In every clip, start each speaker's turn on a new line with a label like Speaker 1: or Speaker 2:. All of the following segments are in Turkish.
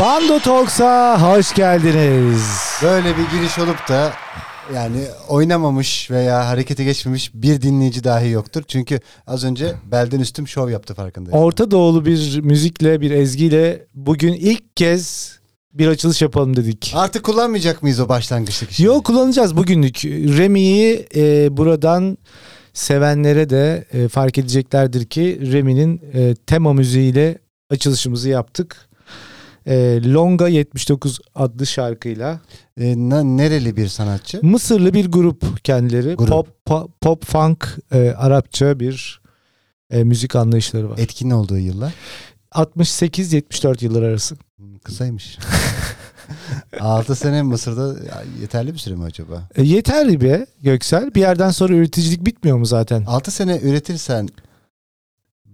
Speaker 1: Bando Talks'a hoş geldiniz.
Speaker 2: Böyle bir giriş olup da yani oynamamış veya harekete geçmemiş bir dinleyici dahi yoktur. Çünkü az önce belden üstüm şov yaptı farkındayım.
Speaker 1: Orta Doğulu bir müzikle, bir ezgiyle bugün ilk kez bir açılış yapalım dedik.
Speaker 2: Artık kullanmayacak mıyız o başlangıçlık işi?
Speaker 1: Yo kullanacağız bugünlük. Remi'yi e, buradan sevenlere de e, fark edeceklerdir ki Remi'nin e, tema müziğiyle açılışımızı yaptık. E, Longa 79 adlı şarkıyla.
Speaker 2: Ee, na- nereli bir sanatçı?
Speaker 1: Mısırlı bir grup kendileri.
Speaker 2: Grup.
Speaker 1: Pop, pop, pop funk, e, Arapça bir e, müzik anlayışları var.
Speaker 2: Etkin olduğu yıllar.
Speaker 1: 68-74 yıllar arası.
Speaker 2: Hmm, Kısaymış. 6 sene Mısır'da ya, yeterli bir süre mi acaba?
Speaker 1: E, yeter be Göksel. Bir yerden sonra üreticilik bitmiyor mu zaten?
Speaker 2: 6 sene üretirsen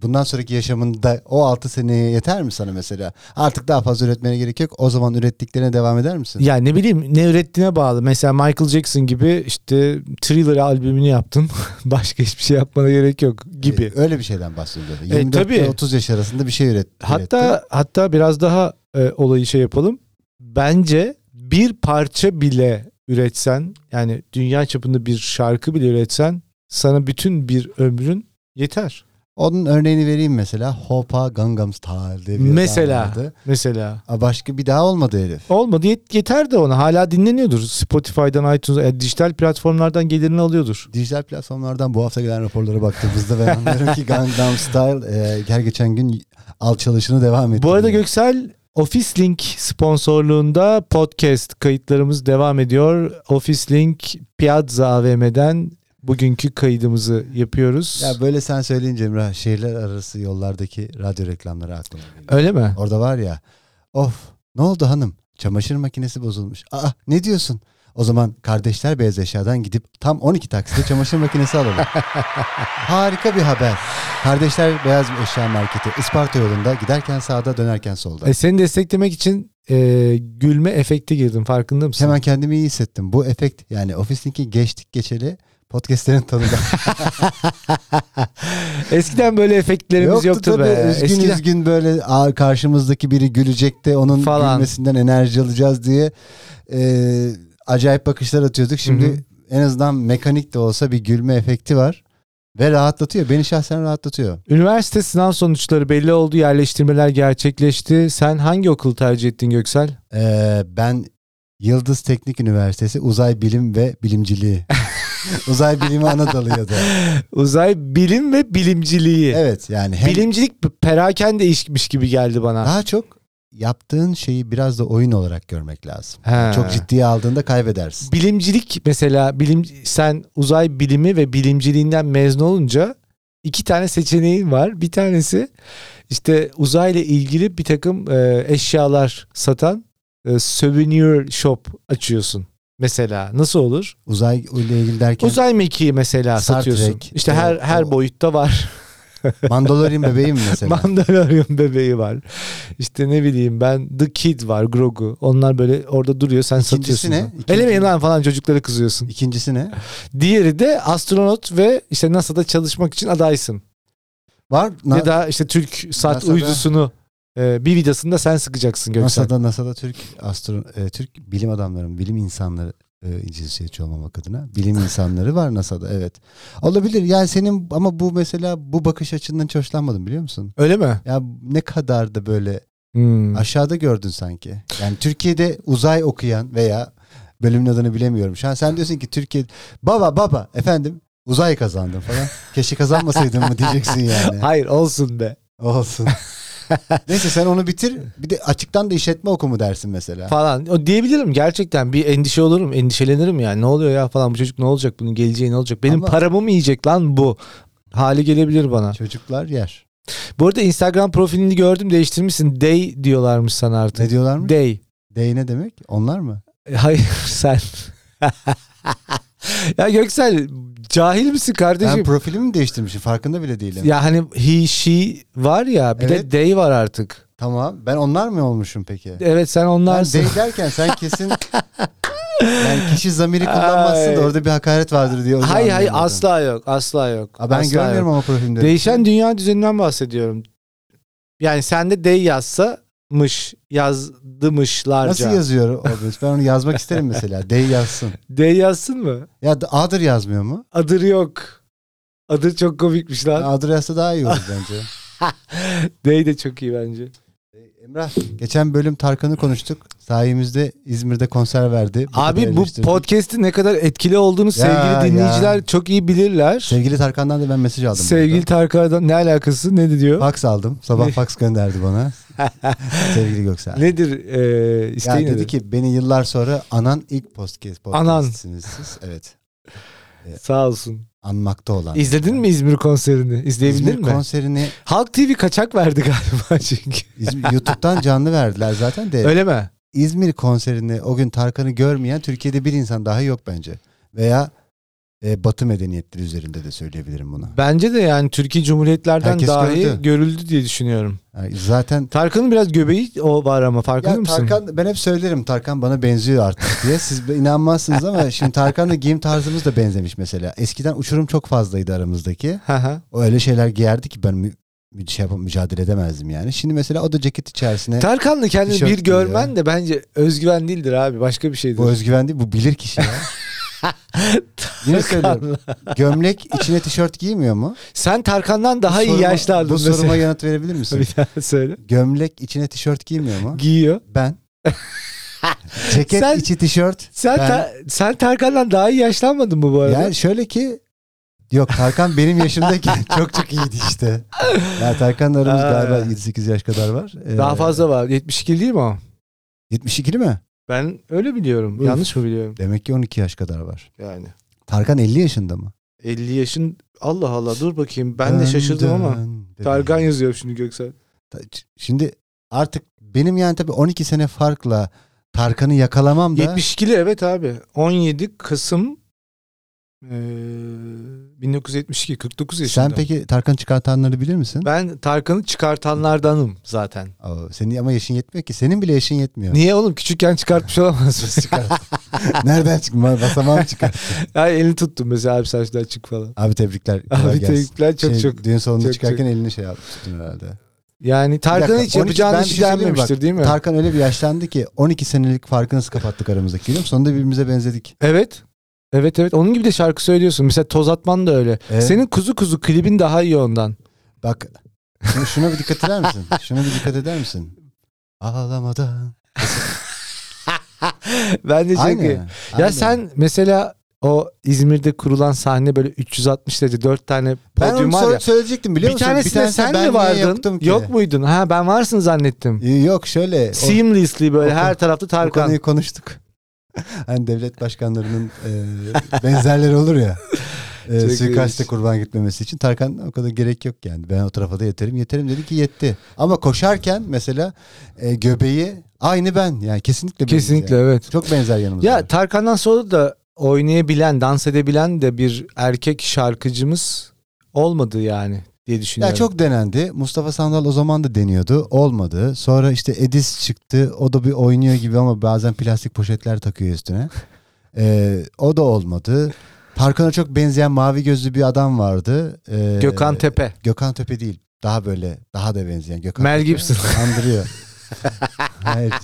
Speaker 2: bundan sonraki yaşamında o 6 seneye yeter mi sana mesela? Artık daha fazla üretmene gerek yok. O zaman ürettiklerine devam eder misin?
Speaker 1: Yani ne bileyim ne ürettiğine bağlı. Mesela Michael Jackson gibi işte Thriller albümünü yaptın. Başka hiçbir şey yapmana gerek yok gibi. E,
Speaker 2: E, Öyle bir şeyden bahsediyordu. 24
Speaker 1: tabii.
Speaker 2: ile 30 yaş arasında bir şey üret.
Speaker 1: hatta
Speaker 2: üretti.
Speaker 1: hatta biraz daha e, olayı şey yapalım. Bence bir parça bile üretsen yani dünya çapında bir şarkı bile üretsen sana bütün bir ömrün yeter.
Speaker 2: onun örneğini vereyim mesela. Hopa Gangnam Style diye bir adam
Speaker 1: Mesela.
Speaker 2: vardı.
Speaker 1: Mesela
Speaker 2: Aa, Başka bir daha olmadı herif.
Speaker 1: Olmadı yet- yeter de ona. Hala dinleniyordur. Spotify'dan, iTunes'a, yani dijital platformlardan gelirini alıyordur.
Speaker 2: Dijital platformlardan bu hafta gelen raporlara baktığımızda ben anlıyorum ki Gangnam Style e, her geçen gün alçalışını devam ediyor.
Speaker 1: Bu arada Göksel Office Link sponsorluğunda podcast kayıtlarımız devam ediyor. Office Link Piazza AVM'den bugünkü kaydımızı yapıyoruz.
Speaker 2: Ya böyle sen söyleyince Emrah şehirler arası yollardaki radyo reklamları aklıma geliyor.
Speaker 1: Öyle mi?
Speaker 2: Orada var ya of ne oldu hanım çamaşır makinesi bozulmuş. Aa ne diyorsun? O zaman kardeşler beyaz eşyadan gidip tam 12 taksitle çamaşır makinesi alalım. Harika bir haber. Kardeşler beyaz eşya marketi Isparta yolunda giderken sağda dönerken solda.
Speaker 1: E, seni desteklemek için e, gülme efekti girdim farkında mısın?
Speaker 2: Hemen kendimi iyi hissettim. Bu efekt yani ofisinki geçtik geçeli podcastlerin tadında.
Speaker 1: Eskiden böyle efektlerimiz yoktu, be.
Speaker 2: Üzgün
Speaker 1: Eskiden
Speaker 2: üzgün böyle ağır karşımızdaki biri gülecek de onun
Speaker 1: Falan.
Speaker 2: gülmesinden enerji alacağız diye e, acayip bakışlar atıyorduk. Şimdi
Speaker 1: Hı hı.
Speaker 2: en azından mekanik de olsa bir gülme efekti var. Ve rahatlatıyor. Beni şahsen rahatlatıyor.
Speaker 1: üniversite sınav sonuçları belli oldu. Yerleştirmeler gerçekleşti. Sen hangi okulu tercih ettin Göksel?
Speaker 2: Ee, ben Yıldız Teknik Üniversitesi Uzay Bilim ve Bilimciliği. Uzay Bilimi ana dalıydı.
Speaker 1: Uzay bilim ve bilimciliği.
Speaker 2: Evet yani hem
Speaker 1: Bilimcilik p- perakende işmiş gibi geldi bana.
Speaker 2: daha çok yaptığın şeyi biraz da oyun olarak görmek lazım.
Speaker 1: He.
Speaker 2: Çok ciddiye aldığında kaybedersin.
Speaker 1: Bilimcilik mesela bilim sen uzay bilimi ve bilimciliğinden mezun olunca iki tane seçeneğin var. Bir tanesi işte uzayla ilgili bir takım e, eşyalar satan e, souvenir shop açıyorsun. Mesela nasıl olur?
Speaker 2: Uzay ile ilgili derken
Speaker 1: Uzay mekiği mesela
Speaker 2: Star
Speaker 1: satıyorsun.
Speaker 2: Trek,
Speaker 1: işte
Speaker 2: e,
Speaker 1: her her
Speaker 2: o-
Speaker 1: boyutta var.
Speaker 2: Mandalorian bebeğim mesela.
Speaker 1: Mandalorian bebeği var. İşte ne bileyim ben The Kid var, Grogu. Onlar böyle orada duruyor sen
Speaker 2: İkincisi
Speaker 1: satıyorsun.
Speaker 2: ne?
Speaker 1: ha.
Speaker 2: İkinci-
Speaker 1: Elemeyin lan falan çocuklara kızıyorsun.
Speaker 2: İkincisi ne?
Speaker 1: Diğeri de astronot ve işte NASA'da çalışmak için adaysın.
Speaker 2: Var. Na-
Speaker 1: ya da işte Türk sat
Speaker 2: NASA'da-
Speaker 1: uydusunu e, bir vidasını da sen sıkacaksın Göksel.
Speaker 2: NASA'da NASA'da Türk astro e, Türk bilim adamları, bilim insanları e, cinsiyetçi olmamak adına bilim insanları var NASA'da evet. Olabilir. Yani senin ama bu mesela bu bakış açından hiç hoşlanmadım biliyor musun?
Speaker 1: Öyle mi?
Speaker 2: Ya ne kadar da böyle
Speaker 1: Hmm.
Speaker 2: aşağıda gördün sanki. Yani Türkiye'de uzay okuyan veya bölümün adını bilemiyorum. Şu an sen diyorsun ki Türkiye baba baba efendim uzay kazandım falan. Keşke kazanmasaydım mı diyeceksin yani.
Speaker 1: Hayır olsun be
Speaker 2: Olsun. Neyse sen onu bitir. Bir de açıktan da işletme oku mu dersin mesela.
Speaker 1: falan. O diyebilirim gerçekten bir endişe olurum, endişelenirim yani. Ne oluyor ya falan bu çocuk ne olacak bunun geleceği ne olacak? Benim
Speaker 2: Ama-
Speaker 1: paramı mı yiyecek lan bu? Hali gelebilir bana.
Speaker 2: Çocuklar yer.
Speaker 1: Bu arada Instagram profilini gördüm değiştirmişsin. Day diyorlarmış sana artık.
Speaker 2: Ne diyorlar mı?
Speaker 1: Day.
Speaker 2: Dey ne demek? Onlar mı?
Speaker 1: E, Hayır sen. ya Göksel cahil misin
Speaker 2: Ben
Speaker 1: kardeşim?
Speaker 2: profilimi mi değiştirmişim? Farkında bile değilim.
Speaker 1: ya hani he she var ya bir de
Speaker 2: Evet.
Speaker 1: day var artık.
Speaker 2: Tamam. Ben onlar mı olmuşum peki?
Speaker 1: Evet sen
Speaker 2: Ben
Speaker 1: onlarsın.
Speaker 2: dey derken sen kesin yani kişi zamiri kullanmazsın
Speaker 1: Ay.
Speaker 2: da orada bir hakaret vardır diye. o zaman
Speaker 1: Hay hay
Speaker 2: anlayamadım.
Speaker 1: asla yok asla yok.
Speaker 2: Aa, ben
Speaker 1: asla yok.
Speaker 2: görmüyorum ama profilimde.
Speaker 1: Değişen dünya düzeninden bahsediyorum. Yani sende day yazsa mış yazdımışlarca.
Speaker 2: Nasıl yazıyor o Obelius? Ben onu yazmak isterim mesela. D yazsın.
Speaker 1: D yazsın mı?
Speaker 2: Ya da A'dır yazmıyor mu?
Speaker 1: Adır yok. Adır çok komikmiş lan.
Speaker 2: A'dır yazsa daha iyi olur bence.
Speaker 1: D de çok iyi bence.
Speaker 2: Emrah, geçen bölüm Tarkan'ı konuştuk. Sayemizde İzmir'de konser verdi. Bu
Speaker 1: Abi
Speaker 2: kadar
Speaker 1: bu
Speaker 2: eleştirdik.
Speaker 1: podcast'in ne kadar etkili olduğunu
Speaker 2: ya. Şey
Speaker 1: sevgili dinleyiciler çok iyi bilirler.
Speaker 2: Sevgili Tarkan'dan da ben mesaj aldım.
Speaker 1: sevgili Tarkan'dan ne alakası ne diyor?
Speaker 2: burada. Fax aldım. Sabah fax gönderdi bana. Sevgili Göksel.
Speaker 1: Nedir e,
Speaker 2: Ya
Speaker 1: isteği
Speaker 2: dedi
Speaker 1: nedir?
Speaker 2: ki beni yıllar sonra anan ilk podcast
Speaker 1: Anan.
Speaker 2: podcastsiniz siz. Evet.
Speaker 1: Sağ olsun.
Speaker 2: Anmakta olan.
Speaker 1: İzledin mi İzmir konserini? İzleyebildin
Speaker 2: İzmir
Speaker 1: mi?
Speaker 2: konserini
Speaker 1: Halk TV kaçak verdi galiba çünkü.
Speaker 2: İzmir, YouTube'dan canlı verdiler zaten de.
Speaker 1: Öyle mi?
Speaker 2: İzmir konserini o gün Tarkan'ı görmeyen Türkiye'de bir insan daha yok bence. Veya e, Batı medeniyetleri üzerinde de söyleyebilirim bunu.
Speaker 1: Bence de yani Türkiye Cumhuriyetlerden
Speaker 2: Herkes
Speaker 1: dahi
Speaker 2: gördü.
Speaker 1: görüldü diye düşünüyorum.
Speaker 2: Yani zaten
Speaker 1: Tarkan'ın biraz göbeği o var ama farkında
Speaker 2: ya
Speaker 1: mısın?
Speaker 2: Tarkan ben hep söylerim Tarkan bana benziyor artık diye. Siz be- inanmazsınız ama şimdi Tarkan'la giyim tarzımız da benzemiş mesela. Eskiden uçurum çok fazlaydı aramızdaki.
Speaker 1: Hı hı.
Speaker 2: O öyle şeyler giyerdi ki ben mü- mü- şey yapam- mücadele edemezdim yani. Şimdi mesela o da ceket içerisine
Speaker 1: Tarkan'la kendini
Speaker 2: Tişört
Speaker 1: bir görmen
Speaker 2: giyiyor.
Speaker 1: de bence özgüven değildir abi. Başka bir şeydir.
Speaker 2: bu özgüven değil bu bilir kişi ya. Yine söylüyorum. Gömlek içine tişört giymiyor mu?
Speaker 1: Sen Tarkan'dan daha
Speaker 2: Bu
Speaker 1: iyi
Speaker 2: soruma-
Speaker 1: yaşlardın.
Speaker 2: Bu soruma
Speaker 1: mesela.
Speaker 2: yanıt verebilir misin?
Speaker 1: bir daha söyle.
Speaker 2: Gömlek içine tişört giymiyor mu?
Speaker 1: Giyiyor.
Speaker 2: Ben. Ceket
Speaker 1: Sen-
Speaker 2: içi tişört.
Speaker 1: Sen
Speaker 2: Ben-
Speaker 1: Ta- sen Tarkan'dan daha iyi yaşlanmadın mı bu arada?
Speaker 2: Yani şöyle ki Yok Tarkan benim yaşımdaki çok çok iyiydi işte. Ya Tarkan'la aramız
Speaker 1: Aa.
Speaker 2: galiba 7-8 yaş kadar var. Ee,
Speaker 1: daha fazla var. 72 değil mi o?
Speaker 2: 72'li mi?
Speaker 1: Ben öyle biliyorum.
Speaker 2: Uf.
Speaker 1: Yanlış mı biliyorum?
Speaker 2: Demek ki 12 yaş kadar var.
Speaker 1: Yani.
Speaker 2: Tarkan 50 yaşında mı?
Speaker 1: 50 yaşın Allah Allah dur bakayım. Ben de şaşırdım ama. Tarkan yazıyor şimdi Göksel.
Speaker 2: Ta- Şimdi artık benim yani tabii 12 sene farkla Tarkan'ı yakalamam da
Speaker 1: 72'li evet abi. 17 Kasım e, eee, 1972 49 yaşında.
Speaker 2: sen peki Tarkan çıkartanları bilir misin?
Speaker 1: Ben Tarkan'ı çıkartanlardanım zaten.
Speaker 2: Oo, senin ama yaşın yetmiyor ki. Senin bile yaşın yetmiyor.
Speaker 1: Niye oğlum küçükken çıkartmış olamaz mısın?
Speaker 2: Nereden çıkma? Basamağa mı çıkar?
Speaker 1: ya elini tuttum mesela abi saçlar çık falan.
Speaker 2: Abi tebrikler. kolay
Speaker 1: Abi
Speaker 2: gelsin.
Speaker 1: tebrikler çok
Speaker 2: Şey,
Speaker 1: çok.
Speaker 2: Düğün salonunda
Speaker 1: çok,
Speaker 2: çıkarken elini şey yapmıştın herhalde.
Speaker 1: Yani Tarkan'ın
Speaker 2: dakika,
Speaker 1: hiç
Speaker 2: 12
Speaker 1: yapacağını
Speaker 2: ben bir
Speaker 1: hiç
Speaker 2: şey söyleyeyim mi?
Speaker 1: denmemiştir değil mi?
Speaker 2: Tarkan öyle bir yaşlandı ki 12 senelik farkı nasıl kapattık aramızdaki biliyor musun? Sonunda birbirimize benzedik.
Speaker 1: evet. Evet evet onun gibi de şarkı söylüyorsun. Mesela Toz Atman da öyle.
Speaker 2: Evet.
Speaker 1: Senin Kuzu Kuzu klibin daha iyi ondan.
Speaker 2: Bak şuna, şuna bir dikkat eder misin? Şuna bir dikkat eder misin? Ağlamadan.
Speaker 1: Ben de
Speaker 2: Aynı.
Speaker 1: çünkü
Speaker 2: aynı.
Speaker 1: Ya sen mesela o İzmir'de kurulan sahne böyle 360 derece 4 tane
Speaker 2: ben onu
Speaker 1: podyum var
Speaker 2: sor-
Speaker 1: ya.
Speaker 2: söyleyecektim biliyor
Speaker 1: bir
Speaker 2: musun?
Speaker 1: tanesinde
Speaker 2: tanesinde
Speaker 1: sen
Speaker 2: ben
Speaker 1: mi
Speaker 2: niye
Speaker 1: vardın?
Speaker 2: yoktum ki?
Speaker 1: Yok muydun? Ha ben varsın zannettim.
Speaker 2: Ee, Yok şöyle. o-
Speaker 1: Seamlessly böyle
Speaker 2: o-
Speaker 1: her tarafta
Speaker 2: Bu
Speaker 1: Tarkan.
Speaker 2: konuyu konuştuk. Hani devlet başkanlarının e, benzerleri olur ya. E,
Speaker 1: Çok
Speaker 2: suikaste
Speaker 1: iyiymiş.
Speaker 2: kurban gitmemesi için Tarkan o kadar gerek yok yani. Ben o tarafa da yeterim. Yeterim dedi ki yetti. Ama koşarken mesela e, göbeği aynı ben. Yani kesinlikle benziyor.
Speaker 1: Kesinlikle
Speaker 2: Yani.
Speaker 1: evet.
Speaker 2: Çok benzer yanımız
Speaker 1: Ya
Speaker 2: var.
Speaker 1: Tarkan'dan sonra da oynayabilen, dans edebilen de bir erkek şarkıcımız olmadı yani diye
Speaker 2: Ya
Speaker 1: düşünüyorum.
Speaker 2: çok denendi. Mustafa Sandal o zaman da deniyordu. Olmadı. Sonra işte Edis çıktı. O da bir oynuyor gibi ama bazen plastik poşetler takıyor üstüne. Ee, o da olmadı. Tarkan'a çok benzeyen mavi gözlü bir adam vardı. Ee,
Speaker 1: Gökhan Tepe.
Speaker 2: Gökhan Tepe değil. Daha böyle daha da benzeyen Gökhan
Speaker 1: Mel
Speaker 2: Tepe.
Speaker 1: Gibson.
Speaker 2: Andırıyor. Hayır.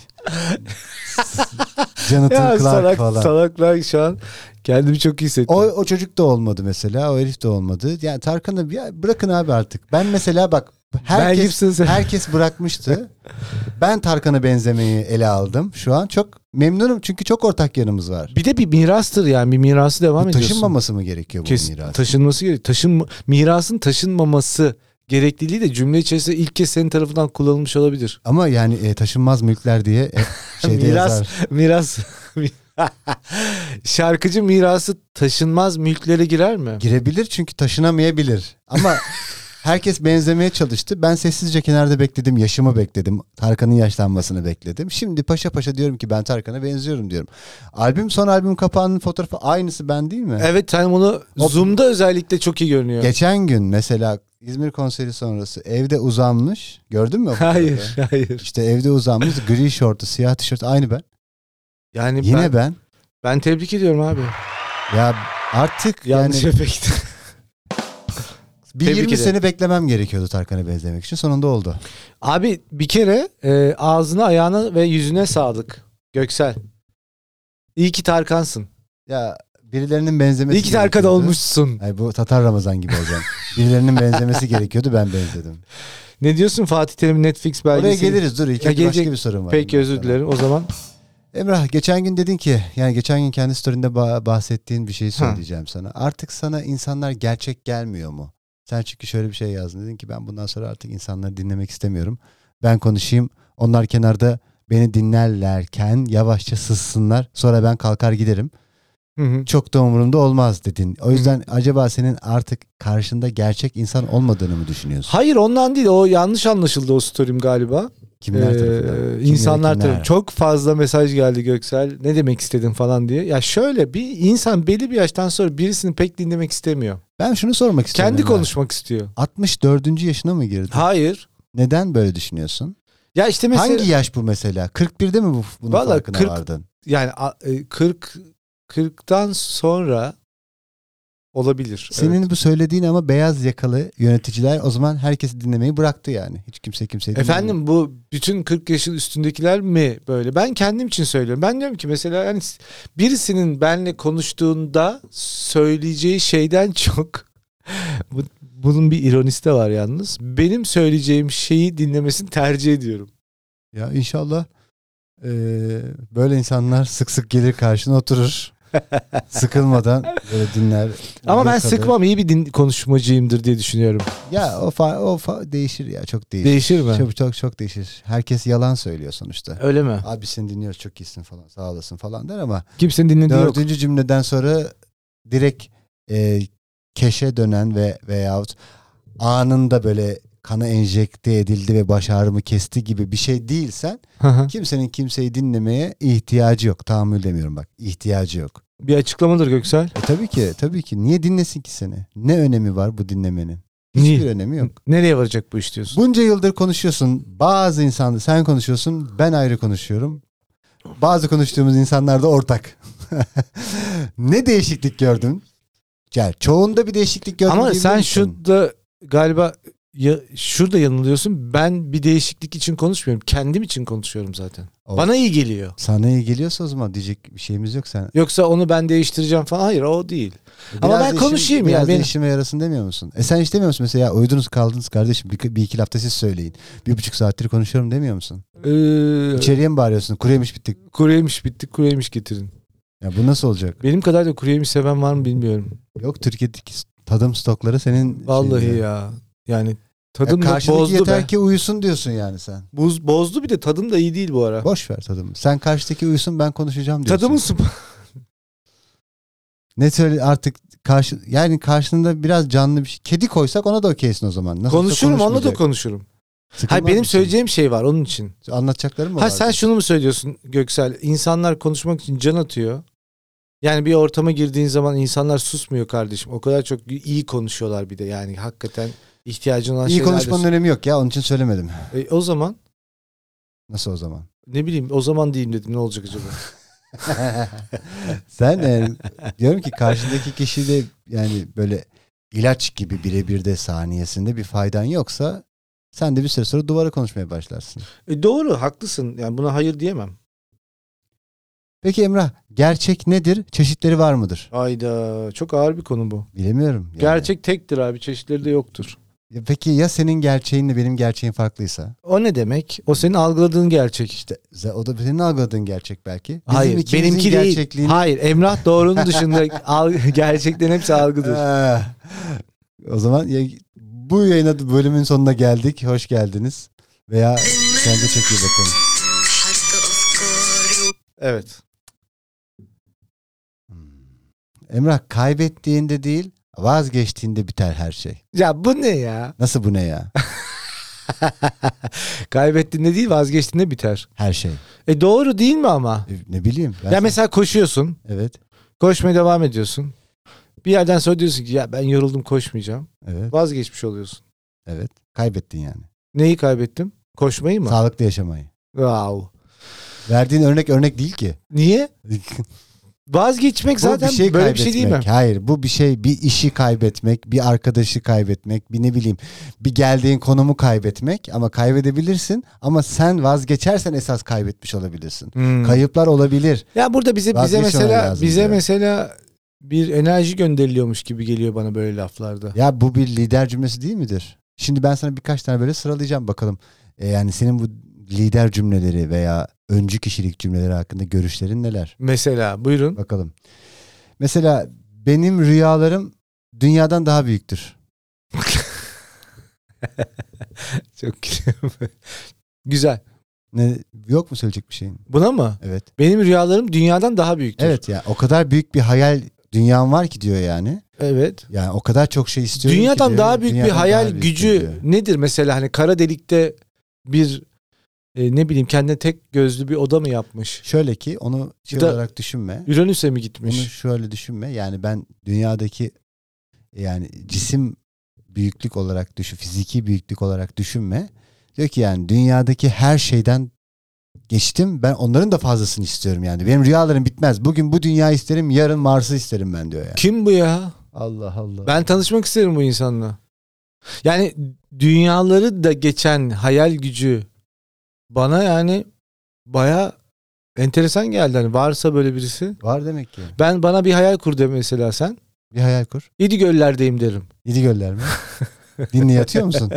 Speaker 2: Jonathan
Speaker 1: Ya
Speaker 2: Clarke
Speaker 1: salak,
Speaker 2: falan.
Speaker 1: salaklar şu an kendimi çok iyi hissettim.
Speaker 2: O, o çocuk da olmadı mesela. O herif de olmadı. Yani Tarkan'ı bir- ya bırakın abi artık. Ben mesela bak
Speaker 1: Mel
Speaker 2: herkes
Speaker 1: Gibson sen-
Speaker 2: herkes bırakmıştı. Ben Tarkan'a benzemeyi ele aldım şu an. Çok memnunum çünkü çok ortak yanımız var.
Speaker 1: Bir de bir mirastır yani bir mirası devam
Speaker 2: Bu
Speaker 1: ediyorsun.
Speaker 2: taşınmaması mı gerekiyor bu
Speaker 1: Kes-
Speaker 2: miras?
Speaker 1: taşınması gerek. Taşın mirasın taşınmaması gerekliliği de cümle içerisinde ilk kez senin tarafından kullanılmış olabilir.
Speaker 2: Ama yani e, taşınmaz mülkler diye e, şeyde
Speaker 1: Miras-
Speaker 2: yazar.
Speaker 1: Miras şarkıcı mirası taşınmaz mülklere girer mi?
Speaker 2: Girebilir çünkü taşınamayabilir. Ama herkes benzemeye çalıştı. Ben sessizce kenarda bekledim. Yaşımı bekledim. Tarkan'ın yaşlanmasını bekledim. Şimdi paşa paşa diyorum ki ben Tarkan'a benziyorum diyorum. Albüm son albüm kapağının fotoğrafı aynısı ben değil mi?
Speaker 1: Evet sen onu
Speaker 2: O-
Speaker 1: Zoom'da özellikle çok iyi görünüyor.
Speaker 2: Geçen gün mesela İzmir konseri sonrası evde uzanmış. Gördün mü? o fotoğrafı?
Speaker 1: Hayır, hayır.
Speaker 2: İşte evde uzanmış gri şortu, siyah tişört aynı ben.
Speaker 1: Yani
Speaker 2: Yine
Speaker 1: ben,
Speaker 2: ben.
Speaker 1: ben tebrik ediyorum abi.
Speaker 2: Ya artık yani
Speaker 1: Yanlış efekt.
Speaker 2: Bir
Speaker 1: Tebrik
Speaker 2: 20
Speaker 1: ederim.
Speaker 2: sene beklemem gerekiyordu Tarkan'a benzemek için. Sonunda oldu.
Speaker 1: Abi bir kere e, ağzına, ayağına ve yüzüne sağlık. Göksel. İyi ki Tarkan'sın.
Speaker 2: Ya birilerinin benzemesi
Speaker 1: İyi ki Tarkan
Speaker 2: gerekiyordu.
Speaker 1: olmuşsun.
Speaker 2: Ay bu Tatar Ramazan gibi hocam. birilerinin benzemesi gerekiyordu ben benzedim.
Speaker 1: Ne diyorsun Fatih Terim Netflix
Speaker 2: Oraya
Speaker 1: belgeseli?
Speaker 2: geliriz dur. İlk
Speaker 1: Ya
Speaker 2: önce başka
Speaker 1: gelecek-
Speaker 2: bir sorun var.
Speaker 1: Peki özür dilerim o zaman.
Speaker 2: Emrah geçen gün dedin ki yani geçen gün kendi story'inde ba- bahsettiğin bir şeyi söyleyeceğim sana. Artık sana insanlar gerçek gelmiyor mu? Sen çünkü şöyle bir şey yazdın. Dedin ki ben bundan sonra artık insanları dinlemek istemiyorum. Ben konuşayım. Onlar kenarda beni dinlerlerken yavaşça sızsınlar. Sonra ben kalkar giderim.
Speaker 1: Hı hı.
Speaker 2: Çok da umurumda olmaz dedin. O yüzden acaba senin artık karşında gerçek insan olmadığını mı düşünüyorsun?
Speaker 1: Hayır ondan değil o yanlış anlaşıldı o story'm galiba.
Speaker 2: Kimler
Speaker 1: Ee,
Speaker 2: tarafından? Kimlere
Speaker 1: insanlar
Speaker 2: kimler?
Speaker 1: tarafından. Çok fazla mesaj geldi Göksel. Ne demek istedin falan diye. Ya şöyle bir insan belli bir yaştan sonra birisini pek dinlemek istemiyor.
Speaker 2: Ben şunu sormak istiyorum.
Speaker 1: Kendi
Speaker 2: Emrah.
Speaker 1: konuşmak istiyor.
Speaker 2: 64. yaşına mı girdin?
Speaker 1: Hayır.
Speaker 2: Neden böyle düşünüyorsun?
Speaker 1: Ya işte mesela
Speaker 2: Hangi yaş bu mesela? 41'de mi bu bunun
Speaker 1: Vallahi
Speaker 2: farkına
Speaker 1: 40
Speaker 2: vardın?
Speaker 1: yani a- e, 40 40'tan sonra olabilir.
Speaker 2: Senin
Speaker 1: Evet.
Speaker 2: bu söylediğin ama beyaz yakalı yöneticiler o zaman herkesi dinlemeyi bıraktı yani. Hiç kimse kimseyi dinlemiyor.
Speaker 1: Efendim bu bütün 40 yaşın üstündekiler mi böyle? Ben kendim için söylüyorum. Ben diyorum ki mesela yani s- birisinin benle konuştuğunda söyleyeceği şeyden çok bu- bunun bir ironisi de var yalnız. Benim söyleyeceğim şeyi dinlemesini tercih ediyorum.
Speaker 2: Ya inşallah eee, böyle insanlar sık sık gelir karşına oturur. Sıkılmadan böyle dinler.
Speaker 1: Ama ben
Speaker 2: uyur kalır.
Speaker 1: sıkmam iyi bir din- konuşmacıyımdır diye düşünüyorum.
Speaker 2: Ya o fa, o fa değişir ya çok değişir.
Speaker 1: Değişir mi?
Speaker 2: Çok çok çok değişir. Herkes yalan söylüyor sonuçta.
Speaker 1: Öyle mi?
Speaker 2: Abi seni dinliyoruz çok iyisin falan sağ olasın falan der ama
Speaker 1: Kimsenin dinlediği yok.
Speaker 2: Dördüncü cümleden sonra direkt e, keşe dönen ve veyahut anında böyle kana enjekte edildi ve baş ağrımı kesti gibi bir şey değilsen
Speaker 1: Hı hı.
Speaker 2: kimsenin kimseyi dinlemeye ihtiyacı yok. Tahammül demiyorum bak ihtiyacı yok.
Speaker 1: bir açıklamadır Göksel.
Speaker 2: E tabii ki tabii ki niye dinlesin ki seni? Ne önemi var bu dinlemenin?
Speaker 1: Niye?
Speaker 2: Hiçbir önemi yok.
Speaker 1: Nereye varacak bu iş diyorsun?
Speaker 2: Bunca yıldır konuşuyorsun. Bazı insanla sen konuşuyorsun, ben ayrı konuşuyorum. Bazı konuştuğumuz insanlar da ortak. ne değişiklik gördün? Yani çoğunda bir değişiklik gördüm.
Speaker 1: Ama
Speaker 2: diyebilir
Speaker 1: sen
Speaker 2: misin?
Speaker 1: şurada galiba ya, şurada yanılıyorsun. Ben bir değişiklik için konuşmuyorum. Kendim için konuşuyorum zaten.
Speaker 2: O-
Speaker 1: Bana iyi geliyor.
Speaker 2: sana iyi geliyorsa o zaman diyecek bir şeyimiz yok sen.
Speaker 1: Yoksa onu ben değiştireceğim falan. Hayır o değil. Ama ben
Speaker 2: da işim-
Speaker 1: konuşayım ya,
Speaker 2: Biraz da
Speaker 1: benim-
Speaker 2: işime yarasın demiyor musun? E sen hiç demiyor musun mesela ya uydunuz kaldınız kardeşim bir, bir iki lafta siz söyleyin. Bir buçuk saattir konuşuyorum demiyor musun?
Speaker 1: Ee,
Speaker 2: İçeriye mi bağırıyorsun? Kuruyemiş bittik.
Speaker 1: kuruyemiş bitti kuruyemiş getirin.
Speaker 2: Ya bu nasıl olacak?
Speaker 1: Benim kadar da kuruyemiş seven var mı bilmiyorum.
Speaker 2: Yok Türkiye'deki tadım stokları senin
Speaker 1: Vallahi
Speaker 2: şeyinde.
Speaker 1: Şey ya. Yani
Speaker 2: Ya
Speaker 1: tadım da
Speaker 2: karşıdaki
Speaker 1: bozdu
Speaker 2: yeter
Speaker 1: be.
Speaker 2: ki uyusun diyorsun yani sen.
Speaker 1: Boz- bozdu bir de tadım da iyi değil bu ara.
Speaker 2: Boş ver tadımı. Sen karşıdaki uyusun ben konuşacağım diyorsun.
Speaker 1: Tadımın sp-
Speaker 2: Ne söyle artık karşı yani karşında biraz canlı bir şey. Kedi koysak ona da okeysin o zaman. Nasılsa
Speaker 1: konuşurum onunla da
Speaker 2: konuşmayacak.
Speaker 1: konuşurum.
Speaker 2: Sıkılmaz
Speaker 1: Hayır benim
Speaker 2: mısın?
Speaker 1: söyleyeceğim şey var onun için.
Speaker 2: anlatacaklarım mı
Speaker 1: Ha
Speaker 2: var?
Speaker 1: sen şunu mu söylüyorsun Göksel? İnsanlar konuşmak için can atıyor. Yani bir ortama girdiğin zaman insanlar susmuyor kardeşim. O kadar çok iyi konuşuyorlar bir de yani hakikaten ihtiyacın olan
Speaker 2: İyi
Speaker 1: şeyler de-
Speaker 2: konuşmanın önemi yok ya onun için söylemedim.
Speaker 1: E, o zaman
Speaker 2: Nasıl o zaman?
Speaker 1: ne bileyim o zaman diyeyim dedim ne olacak acaba?
Speaker 2: sen e, diyorum ki karşıdaki kişiyle yani böyle ilaç gibi birebir de saniyesinde bir faydan yoksa sen de bir süre sonra duvara konuşmaya başlarsın.
Speaker 1: E, doğru haklısın yani buna hayır diyemem.
Speaker 2: Peki Emrah, gerçek nedir? Çeşitleri var mıdır?
Speaker 1: Ayda çok ağır bir konu bu.
Speaker 2: Bilemiyorum. yani.
Speaker 1: Gerçek tektir abi çeşitleri de yoktur.
Speaker 2: Ya Peki ya senin gerçeğinle benim gerçeğim farklıysa?
Speaker 1: O ne demek? O senin algıladığın gerçek.
Speaker 2: İşte ze- o da senin algıladığın gerçek belki. Bizim
Speaker 1: Hayır
Speaker 2: ikimizin
Speaker 1: benimki değil.
Speaker 2: gerçekliğini-
Speaker 1: Hayır Emrah doğrunun dışında al- gerçeklerin hepsi algıdır.
Speaker 2: Ah. o zaman ya- bu yayına da- bölümün sonuna geldik. Hoş geldiniz. Veya kendi çok iyi bakın.
Speaker 1: Evet.
Speaker 2: Emrah kaybettiğinde değil vazgeçtiğinde biter her şey.
Speaker 1: Ya bu ne ya?
Speaker 2: Nasıl bu ne ya?
Speaker 1: Kaybettiğinde değil vazgeçtiğinde biter.
Speaker 2: Her şey.
Speaker 1: E doğru değil mi ama?
Speaker 2: E, Ne bileyim. ben-
Speaker 1: ya mesela koşuyorsun.
Speaker 2: Evet.
Speaker 1: Koşmaya devam ediyorsun. Bir yerden sonra diyorsun ki ya ben yoruldum koşmayacağım.
Speaker 2: Evet.
Speaker 1: Vazgeçmiş oluyorsun.
Speaker 2: Evet. Kaybettin yani.
Speaker 1: Neyi kaybettim? Koşmayı mı?
Speaker 2: Sağlıklı yaşamayı.
Speaker 1: Wow.
Speaker 2: Verdiğin örnek örnek değil ki.
Speaker 1: Niye? Vazgeçmek zaten
Speaker 2: bu bir şey
Speaker 1: böyle bir şey
Speaker 2: kaybetmek.
Speaker 1: değil mi?
Speaker 2: Hayır bu bir şey bir işi kaybetmek, bir arkadaşı kaybetmek, bir ne bileyim bir geldiğin konumu kaybetmek ama kaybedebilirsin ama sen vazgeçersen esas kaybetmiş olabilirsin.
Speaker 1: Hmm.
Speaker 2: Kayıplar olabilir.
Speaker 1: Ya burada bize bize
Speaker 2: Vazgeçmemen
Speaker 1: mesela
Speaker 2: lazım
Speaker 1: bize
Speaker 2: diyor.
Speaker 1: mesela bir enerji gönderiliyormuş gibi geliyor bana böyle laflarda.
Speaker 2: Ya bu bir lider cümlesi değil midir? Şimdi ben sana birkaç tane böyle sıralayacağım bakalım. E, yani senin bu lider cümleleri veya öncü kişilik cümleleri hakkında görüşlerin neler?
Speaker 1: Mesela buyurun.
Speaker 2: Bakalım. Mesela benim rüyalarım dünyadan daha büyüktür.
Speaker 1: Çok gülüyorum. Güzel.
Speaker 2: Ne, yok mu söyleyecek bir şeyin?
Speaker 1: Buna mı?
Speaker 2: Evet.
Speaker 1: Benim rüyalarım dünyadan daha büyüktür.
Speaker 2: Evet ya o kadar büyük bir hayal dünyam var ki diyor yani.
Speaker 1: Evet.
Speaker 2: Yani o kadar çok şey istiyorum ki
Speaker 1: dünyadan
Speaker 2: diyor.
Speaker 1: daha büyük bir
Speaker 2: Dünyadan
Speaker 1: hayal
Speaker 2: daha büyük
Speaker 1: gücü
Speaker 2: diyor.
Speaker 1: nedir mesela hani kara delikte bir e, ne bileyim kendine tek gözlü bir oda mı yapmış?
Speaker 2: Şöyle ki onu şey
Speaker 1: Da-
Speaker 2: olarak düşünme.
Speaker 1: Uranüs'e mi
Speaker 2: Onu
Speaker 1: gitmiş?
Speaker 2: şöyle düşünme. Yani ben dünyadaki yani cisim büyüklük olarak düşün, fiziki büyüklük olarak düşünme. Diyor ki yani dünyadaki her şeyden geçtim. Ben onların da fazlasını istiyorum yani. Benim rüyalarım bitmez. Bugün bu dünya isterim, yarın Mars'ı isterim ben diyor yani.
Speaker 1: Kim bu ya?
Speaker 2: Allah Allah.
Speaker 1: Ben tanışmak isterim bu insanla. Yani dünyaları da geçen hayal gücü bana yani baya enteresan geldi. Hani varsa böyle birisi.
Speaker 2: Var demek ki.
Speaker 1: Ben bana bir hayal kur de mesela sen.
Speaker 2: Bir hayal kur.
Speaker 1: İdi göllerdeyim derim.
Speaker 2: Yedi göller mi? Dinle yatıyor musun?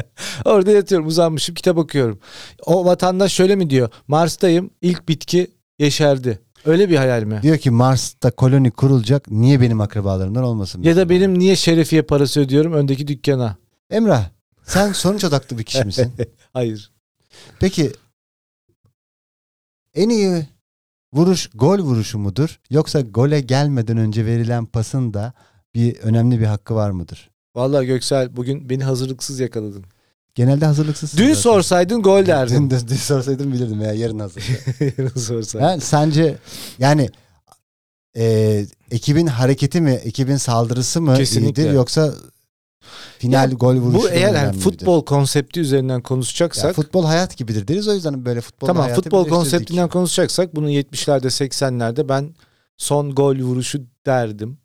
Speaker 1: Orada yatıyorum uzanmışım kitap okuyorum. O vatandaş şöyle mi diyor? Mars'tayım ilk bitki yeşerdi. Öyle bir hayal mi?
Speaker 2: Diyor ki Mars'ta koloni kurulacak. Niye benim akrabalarımdan olmasın?
Speaker 1: Ya da
Speaker 2: mesela?
Speaker 1: benim niye şerefiye parası ödüyorum öndeki dükkana?
Speaker 2: Emrah sen sonuç odaklı bir kişi misin?
Speaker 1: Hayır.
Speaker 2: Peki en iyi vuruş gol vuruşu mudur? Yoksa gole gelmeden önce verilen pasın da bir önemli bir hakkı var mıdır?
Speaker 1: Vallahi Göksel bugün beni hazırlıksız yakaladın.
Speaker 2: Genelde hazırlıksız.
Speaker 1: Dün sorsaydın gol
Speaker 2: Dün,
Speaker 1: derdin.
Speaker 2: dün, dün sorsaydım bilirdim ya yarın hazır.
Speaker 1: Yarın sorsaydın.
Speaker 2: Ha, sence yani e, ekibin hareketi mi, ekibin saldırısı mı
Speaker 1: Kesinlikle.
Speaker 2: iyidir yoksa final
Speaker 1: Ya
Speaker 2: gol vuruşu
Speaker 1: Bu
Speaker 2: mu
Speaker 1: eğer yani
Speaker 2: önemlidir?
Speaker 1: futbol konsepti üzerinden
Speaker 2: Ya
Speaker 1: konuşacaksak
Speaker 2: futbol hayat gibidir deriz o yüzden böyle futbol
Speaker 1: tamam
Speaker 2: hayatı
Speaker 1: futbol
Speaker 2: birleştirdik.
Speaker 1: konseptinden konuşacaksak bunun 70'lerde 80'lerde ben son gol vuruşu derdim.